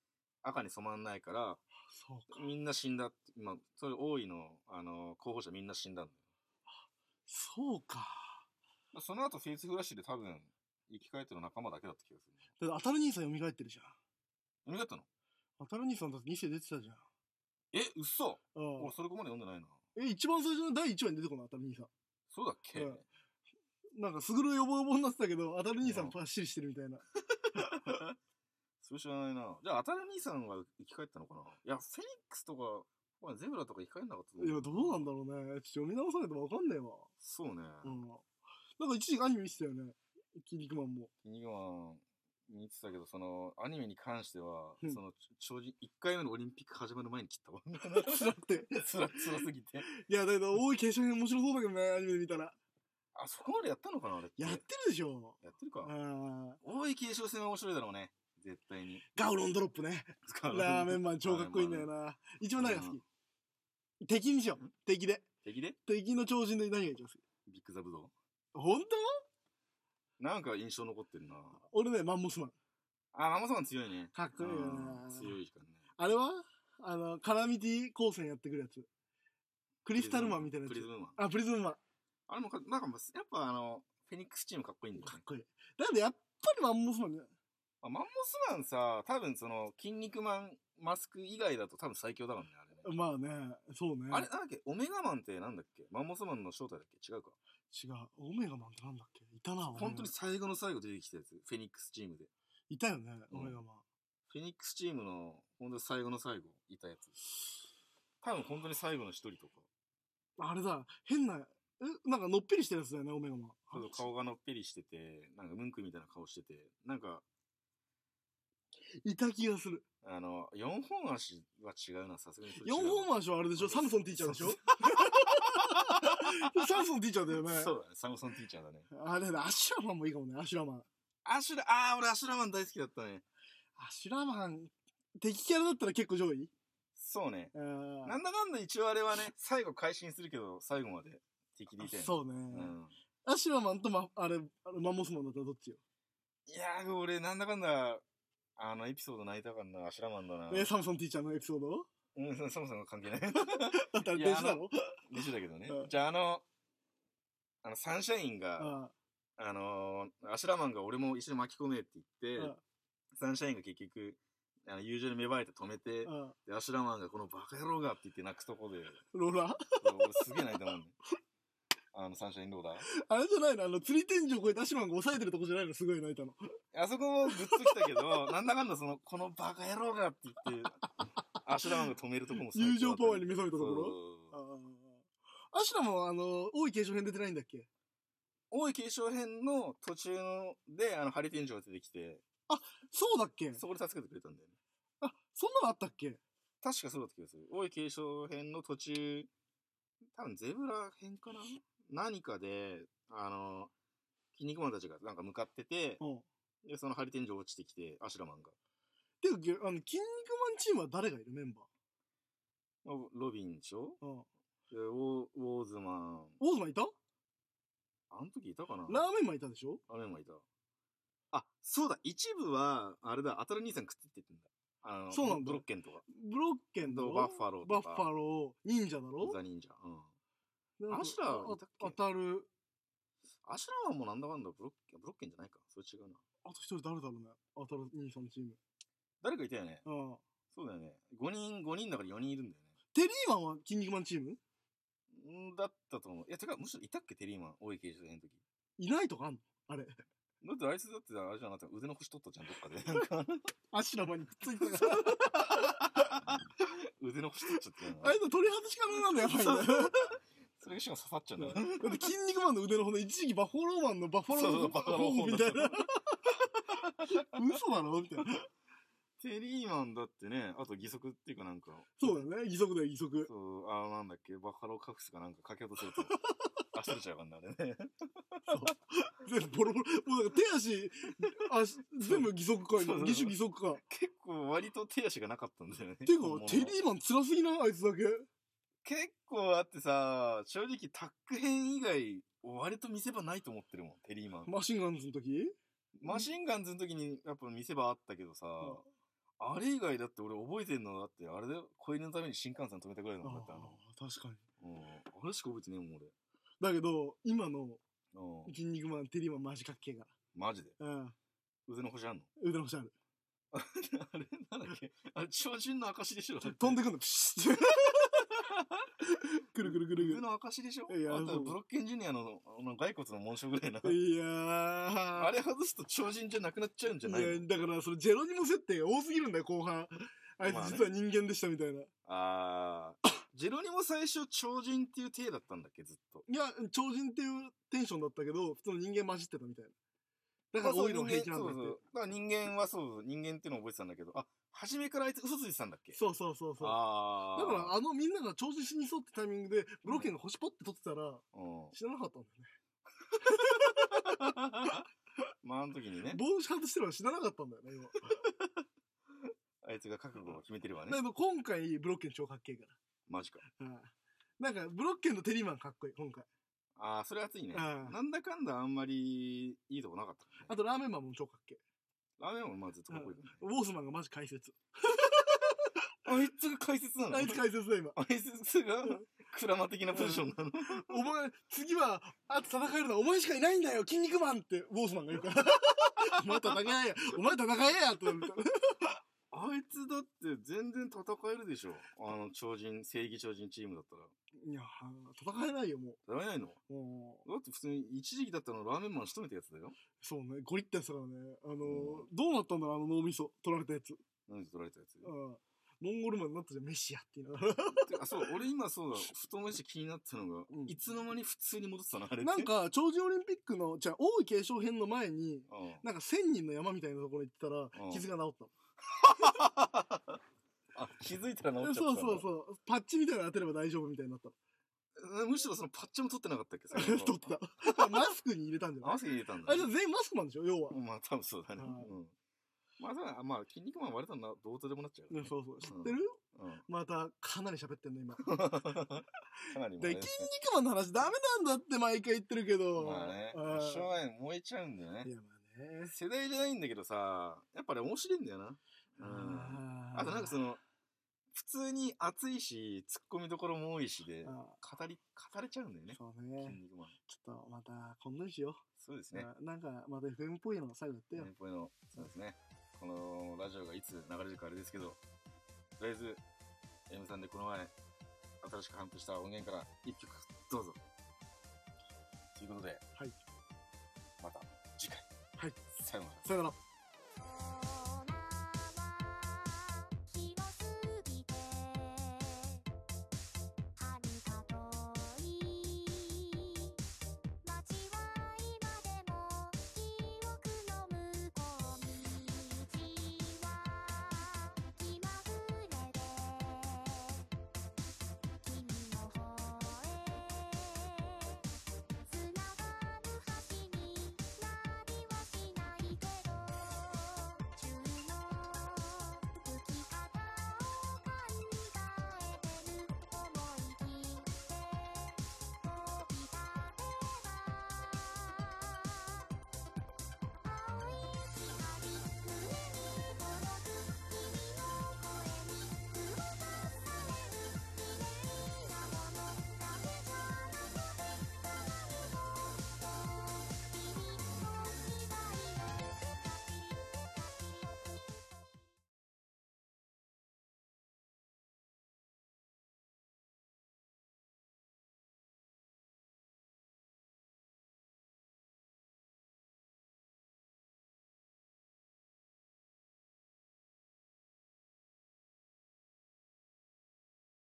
[SPEAKER 2] 赤に染まんないから、
[SPEAKER 1] そうか。
[SPEAKER 2] みんな死んだって、まあ、それ王位の、あのー候補者みんな死んだんだよ
[SPEAKER 1] そうか。
[SPEAKER 2] まあ。その後、フェイスフラッシュで多分、生き返ってる仲間だけだった気がする、ね。
[SPEAKER 1] だって、アタル兄さん蘇ってるじゃ
[SPEAKER 2] 読みだったの
[SPEAKER 1] ん。アタル兄さんだって2世出てたじゃん。
[SPEAKER 2] え、嘘
[SPEAKER 1] うん
[SPEAKER 2] 俺、それこまで読んでないな。
[SPEAKER 1] え、一番最初の第1話に出てこない、アタル兄さん。
[SPEAKER 2] そうだっけ、
[SPEAKER 1] うんなんか、すぐるよぼよぼになってたけど、アタル兄さ
[SPEAKER 2] うん
[SPEAKER 1] んパッシリしてるみたいな。
[SPEAKER 2] それ知らないな。じゃあ、アタル兄さんが生き返ったのかないや、フェニックスとか、お前ゼブラとか生き返んなかったと思
[SPEAKER 1] いや、どうなん
[SPEAKER 2] だ
[SPEAKER 1] だろうね。ちょっと読み直さないとわかんねえわ。
[SPEAKER 2] そうね。
[SPEAKER 1] うん。なんか一時期アニメ見てたよね。筋肉マンも。
[SPEAKER 2] キン肉マン見てたけど、その、アニメに関しては、
[SPEAKER 1] うん
[SPEAKER 2] その、超人、1回目のオリンピック始まる前に切ったわ。
[SPEAKER 1] 辛くて。
[SPEAKER 2] つら、つらすぎて。
[SPEAKER 1] いや、だけど、多い継承編面白そうだけどね、アニメで見たら。
[SPEAKER 2] あ、そこまでやったのかなあれって。
[SPEAKER 1] やってるでしょ。
[SPEAKER 2] やってる
[SPEAKER 1] あ
[SPEAKER 2] か。
[SPEAKER 1] あ。
[SPEAKER 2] 大井継承戦は面白いだろうね。絶対に。
[SPEAKER 1] ガウロンドロップね。 ラーメンマン超かっこいいんだよ
[SPEAKER 2] な。
[SPEAKER 1] な。一番何が好き敵にしよう。敵で。
[SPEAKER 2] 敵で
[SPEAKER 1] 敵の超人で何が一番好き
[SPEAKER 2] ビッグザブドウ。
[SPEAKER 1] 本当
[SPEAKER 2] なんか印象残ってるな。
[SPEAKER 1] 俺ね、マンモスマン。
[SPEAKER 2] あ、ママさん強いね。
[SPEAKER 1] かっこいいよ
[SPEAKER 2] うん
[SPEAKER 1] な。
[SPEAKER 2] 強いからね。
[SPEAKER 1] あれはあの、カラミティ光線やってくるやつ。ク
[SPEAKER 2] ク
[SPEAKER 1] リスタルマンみたいなや
[SPEAKER 2] プリズ
[SPEAKER 1] つ。
[SPEAKER 2] ムマン。
[SPEAKER 1] あ、プリズムマン。
[SPEAKER 2] あれもか、なんかもう、やっぱあの、フェニックスチームかっこいいんだよ
[SPEAKER 1] かっ
[SPEAKER 2] ね。
[SPEAKER 1] こいい。だけどやっぱりマンモスマンね。
[SPEAKER 2] まあマンモスマンさ、多分その、筋肉マン、マスク以外だと多分最強だからね、あれね。
[SPEAKER 1] まあね、そうね。
[SPEAKER 2] あれ、なんだっけオメガマンってなんだっけマンモスマンの正体だっけ違うか。
[SPEAKER 1] 違う。オメガマンってなんだっけいたな、
[SPEAKER 2] 本当
[SPEAKER 1] オ
[SPEAKER 2] に
[SPEAKER 1] メガマン
[SPEAKER 2] 最後の最後出てきたやつ。フェニックスチームで。
[SPEAKER 1] いたよね、
[SPEAKER 2] うん
[SPEAKER 1] オメガマン。
[SPEAKER 2] フェニックスチームの、本当に最後の最後、いたやつ。多分本当に最後の一人とか。
[SPEAKER 1] あれだ、変なえなんかのっぺりしてるやつだよね、オメガマ。
[SPEAKER 2] そう顔がのっぺりしてて、なんかムンクみたいな顔してて、なんか、
[SPEAKER 1] いた気がする。
[SPEAKER 2] あの、4本足は違うな、さすがにそれ違
[SPEAKER 1] 4
[SPEAKER 2] う。
[SPEAKER 1] 本足はあれでしょサムソンティーチャーでしょサムソンティーチャーだよね。
[SPEAKER 2] そうだね、サムソンティーチャーだね。
[SPEAKER 1] あれだ、アシュラマンもいいかもね、アシュラマン。
[SPEAKER 2] アシュラ、あー、俺アシュラマン大好きだったね。
[SPEAKER 1] アシュラマン、敵キャラだったら結構上位
[SPEAKER 2] そうね。
[SPEAKER 1] あー
[SPEAKER 2] なんだかんだ一応あれはね、最後改心するけど、最後まで敵でいたよね。
[SPEAKER 1] そうね。
[SPEAKER 2] うん。
[SPEAKER 1] アシュラマンと、ま、あれ、あれマンモスマンだったらどっちよ。
[SPEAKER 2] いやー、俺なんだかんだ、あのエピソード泣いたからな、アシュラマンだな。
[SPEAKER 1] え、サムソンティーチャーのエピソード
[SPEAKER 2] うん、そそもそも関 係ない。
[SPEAKER 1] だったら
[SPEAKER 2] い
[SPEAKER 1] 電
[SPEAKER 2] や
[SPEAKER 1] 子だろ
[SPEAKER 2] でしょだけどね
[SPEAKER 1] うん。
[SPEAKER 2] じゃああの、あの、サンシャインが、
[SPEAKER 1] あ
[SPEAKER 2] あのーアシュラマンが俺も一緒に巻き込めって言って、
[SPEAKER 1] うん
[SPEAKER 2] サンシャインが結局、あの友情に芽生えて止めて
[SPEAKER 1] あ、ああ
[SPEAKER 2] でアシュラマンがこのバカ野郎がって言って泣くとこで、
[SPEAKER 1] ローラー
[SPEAKER 2] 俺すげえ泣いたもんね。あの、サンシャインローダー。
[SPEAKER 1] あれじゃないのあの、釣り天井を越えてアシュラマンが抑えてるとこじゃないのすごい泣いたの。
[SPEAKER 2] あそこもグッときた けど、なんだかんだその、このバカ野郎がって言って、アシュラマンが止めるとこも
[SPEAKER 1] 友情パワーに目覚めた
[SPEAKER 2] そう
[SPEAKER 1] ところああアシュラマンはあの、多い継承編出てないんだっけ
[SPEAKER 2] 大井継承編の途中ので、あの、ハリ天井が出てきて、
[SPEAKER 1] そうだっけ
[SPEAKER 2] そこで助けてくれたんだよね。
[SPEAKER 1] あ、そんなのあったっけ
[SPEAKER 2] 確かそうだった気がする。大井継承編の途中、多分ゼブラ編かな何かで、あの、筋肉マンたちがなんか向かってて、
[SPEAKER 1] うん。
[SPEAKER 2] で、そのハリ天井落ちてきて、アシュラマンが。
[SPEAKER 1] ていうか、ぎゅあの、筋肉マンチームは誰がいるメンバ
[SPEAKER 2] ロロビンでしょ
[SPEAKER 1] ーうん。
[SPEAKER 2] でウォーウォーズマン。
[SPEAKER 1] オーズマンいた
[SPEAKER 2] あの時いたかな
[SPEAKER 1] ラーメンマンいたでしょ
[SPEAKER 2] あれもいた。あ、そうだ、一部は、あれだ、アトラ兄さん食ってってんだ。あの、
[SPEAKER 1] そうなんだ
[SPEAKER 2] ブロッケンとか。
[SPEAKER 1] ブロッケンと
[SPEAKER 2] バッファロー
[SPEAKER 1] バッ
[SPEAKER 2] と
[SPEAKER 1] フ
[SPEAKER 2] か
[SPEAKER 1] ァロー、忍者だろ
[SPEAKER 2] ザ・忍者。うん。
[SPEAKER 1] なんか
[SPEAKER 2] アシュラいたっけ
[SPEAKER 1] あ当たる。
[SPEAKER 2] アシュラマンもなんだかんだ、ブロッケン、ブロッケンじゃないか。それ違うな。
[SPEAKER 1] あと一人誰だろうね。当たる兄さんのチーム。
[SPEAKER 2] 誰かいたよね。
[SPEAKER 1] ああ。
[SPEAKER 2] そうだよね。5人、五人だから4人いるんだよ
[SPEAKER 1] テリーマンは筋肉マンチーム
[SPEAKER 2] ね。んだったと思う。いや、てか、むしろいたっけテリーマン、大井刑事の時。
[SPEAKER 1] いないとかあんのあれ。
[SPEAKER 2] だってあいつだってあれじゃなかった腕の星取ったじゃん、どっかで。なんか、
[SPEAKER 1] アシュラマンにくっついてた から。
[SPEAKER 2] 腕の星取っちゃったよな
[SPEAKER 1] あれの取り外し方なんだやばい
[SPEAKER 2] そう
[SPEAKER 1] ね。
[SPEAKER 2] それがしかも刺さっちゃうんだよ。
[SPEAKER 1] だって筋肉マンの腕の骨、一時期バッファローマンのバッファロ
[SPEAKER 2] そうそ
[SPEAKER 1] ー
[SPEAKER 2] うバッファロー
[SPEAKER 1] ホームみたいな
[SPEAKER 2] ホ。
[SPEAKER 1] 嘘だろみたいな。
[SPEAKER 2] テリーマンだってね、あと義足っていうかなんか。
[SPEAKER 1] そうだよね。義足だよ、義足。
[SPEAKER 2] そう、あのなんだっけ、バッファローカフスかなんかかけようとすると、 足取れちゃうからな、あれね。
[SPEAKER 1] 全部ボロボロ。もうなんか手足、足、全部義足か、
[SPEAKER 2] そう
[SPEAKER 1] 今。
[SPEAKER 2] そう
[SPEAKER 1] 義手義足か。
[SPEAKER 2] 結構割と手足がなかったんだよね。
[SPEAKER 1] ていう
[SPEAKER 2] 本物
[SPEAKER 1] か、
[SPEAKER 2] の
[SPEAKER 1] テリーマン辛すぎないあいつだけ。
[SPEAKER 2] 結構あってさ、正直タック編以外、割と見せ場ないと思ってるもん、テリーマン。
[SPEAKER 1] マシンガンズの時
[SPEAKER 2] マシンガンズの時にやっぱ見せ場あったけどさ、
[SPEAKER 1] あ
[SPEAKER 2] あれ以外だって俺覚えてんのだって、あれだよ、子犬のために新幹線止めたぐらいの
[SPEAKER 1] あ
[SPEAKER 2] だったの。
[SPEAKER 1] ー、確かに。
[SPEAKER 2] うん、あれしか覚えてねえもん、俺。
[SPEAKER 1] だけど、今の、
[SPEAKER 2] うん、
[SPEAKER 1] 筋肉マン、テリーマンマジかっけえか
[SPEAKER 2] マジで。
[SPEAKER 1] ら。うん。
[SPEAKER 2] 腕の星あんの
[SPEAKER 1] 腕の星ある。
[SPEAKER 2] あれなんだっけあれ、超人の証でしょ
[SPEAKER 1] 飛んでくんの、プシッて。くるくるくる
[SPEAKER 2] 上の証でしょ
[SPEAKER 1] いや
[SPEAKER 2] あ
[SPEAKER 1] そ
[SPEAKER 2] と
[SPEAKER 1] う
[SPEAKER 2] ブロッケンジュニアのあの骸骨の紋章ぐらいな
[SPEAKER 1] く。る。いやー。
[SPEAKER 2] あれ外すと超人じゃなくなっちゃうんじゃない
[SPEAKER 1] い
[SPEAKER 2] の
[SPEAKER 1] やだから、そのジェロニモ設定多すぎるんだよ、後半。あい
[SPEAKER 2] まあ
[SPEAKER 1] つ
[SPEAKER 2] ね
[SPEAKER 1] 実は人間でしたみたいな。
[SPEAKER 2] あージェロニも最初超人っていう体だったんだっけずっと
[SPEAKER 1] いや、超人っていうテンションだったけど、普通の人間混じってたみたいな。だから、
[SPEAKER 2] まあ
[SPEAKER 1] オイルは平気なんだっ
[SPEAKER 2] そうそう
[SPEAKER 1] て。
[SPEAKER 2] だから人間はそうそう人間っていうのを覚えてたんだけどあ初めからあいつ嘘ついてたんだっけ
[SPEAKER 1] そうそうそうそう。
[SPEAKER 2] あ
[SPEAKER 1] だ
[SPEAKER 2] あ
[SPEAKER 1] から、あのみんなが超人死にそうってタイミングで、ブロケンが星ポって取ってたら、
[SPEAKER 2] うん、
[SPEAKER 1] 死ななかったんだよね。
[SPEAKER 2] まああの時にね
[SPEAKER 1] 帽子外してれば死ななかったんだよね、今。
[SPEAKER 2] あいつが覚悟を決めてればね
[SPEAKER 1] だけど、今回、ブロッケン超かっけえか。
[SPEAKER 2] マジから
[SPEAKER 1] はいなんか、ブロッケンとテリーマンかっこいい、今回。
[SPEAKER 2] ああそれ熱いね
[SPEAKER 1] うん
[SPEAKER 2] なんだかんだあんまりいいとこなかったからね
[SPEAKER 1] あと、ラーメンマンも超かっけえ。
[SPEAKER 2] ラーメンもまあずっとかっこいいか
[SPEAKER 1] ウォースマンがマジ解説。
[SPEAKER 2] らねあいつが解説なの
[SPEAKER 1] あいつ解説だ、今。
[SPEAKER 2] あいつがクラマ的なポジションなの
[SPEAKER 1] お前、次は、あと戦えるのはお前しかいないんだよ、筋肉マンって、ウォースマンが言うから。 お前戦えや、お前戦えや、ってなるみたいな。
[SPEAKER 2] あいつだって全然戦えるでしょ。あの、超人、正義超人チームだったら。
[SPEAKER 1] いや、戦えないよ、も
[SPEAKER 2] 戦えないのだ
[SPEAKER 1] う。もう、
[SPEAKER 2] って普通に一時期だったのラーメンマン仕留めたやつだよ。
[SPEAKER 1] そうね、ゴリってやつだからね。あのー
[SPEAKER 2] う
[SPEAKER 1] どうなったんだろう、あの脳みそ、取られたやつ。
[SPEAKER 2] 何で取られたやつ。
[SPEAKER 1] うん。モンゴルマンになったじゃん、メシアって言いながら。
[SPEAKER 2] てかあ、そう、俺今 そうだ、太ももして気になったのが、
[SPEAKER 1] うん
[SPEAKER 2] いつの間に普通に戻ってたのあれって。
[SPEAKER 1] なん、か、長寿オリンピックの、じゃあ、王位継承編の前に、
[SPEAKER 2] うん、
[SPEAKER 1] なんか千人の山みたいなところに行ってた
[SPEAKER 2] う
[SPEAKER 1] ら、
[SPEAKER 2] ん
[SPEAKER 1] 傷が治った
[SPEAKER 2] あ、気づいたら
[SPEAKER 1] の。
[SPEAKER 2] 治っちゃった
[SPEAKER 1] そ
[SPEAKER 2] ん
[SPEAKER 1] うそ
[SPEAKER 2] だ。
[SPEAKER 1] うそう。パッチみたいなの当てれば大丈夫みたいになったの。
[SPEAKER 2] うんむしろそのパッチも 取ってなかったっけそれ
[SPEAKER 1] 取ってた。マスクに入れたんじゃ
[SPEAKER 2] 合
[SPEAKER 1] ない
[SPEAKER 2] わせて入れたんだ、
[SPEAKER 1] あれじゃあ全員マスクマンでしょ、要は。
[SPEAKER 2] まあ多分そうだね。
[SPEAKER 1] は
[SPEAKER 2] う
[SPEAKER 1] い
[SPEAKER 2] ん。まあただ、まあ筋肉マン割れたらなどうとでもなっちゃう、
[SPEAKER 1] ね
[SPEAKER 2] ね。
[SPEAKER 1] そうそう。知ってる
[SPEAKER 2] うん。
[SPEAKER 1] また、かなり喋ってんの、今。
[SPEAKER 2] かなり
[SPEAKER 1] で、筋肉マンの話ダメなんだって毎回言ってるけど。
[SPEAKER 2] まあね
[SPEAKER 1] うん。
[SPEAKER 2] しょうがない。燃えちゃうんだよね
[SPEAKER 1] い。や、まあね。
[SPEAKER 2] 世代じゃないんだけどさ、やっぱり面白いんだよな。うん。
[SPEAKER 1] あ
[SPEAKER 2] あとなんかそ
[SPEAKER 1] の、
[SPEAKER 2] の、普通に熱いし、突っ込みどころも多いしで、
[SPEAKER 1] あ
[SPEAKER 2] 語り、語れちゃうんだよね。
[SPEAKER 1] そう
[SPEAKER 2] 筋
[SPEAKER 1] ね。
[SPEAKER 2] 肉マン。
[SPEAKER 1] ちょっとまた、こんなにしよ
[SPEAKER 2] そうです
[SPEAKER 1] う。
[SPEAKER 2] ね。
[SPEAKER 1] うんなんか、また FM っぽいの最後やってよ
[SPEAKER 2] ね。こういうの、そうですね。このラジオがいつ流れるかあれですけど、とりあえず、M さんでこの前、新しく頒布した音源から一曲どうぞ。ということで、
[SPEAKER 1] はい。
[SPEAKER 2] また次回。
[SPEAKER 1] はい。
[SPEAKER 2] さようなら。
[SPEAKER 1] さよなら。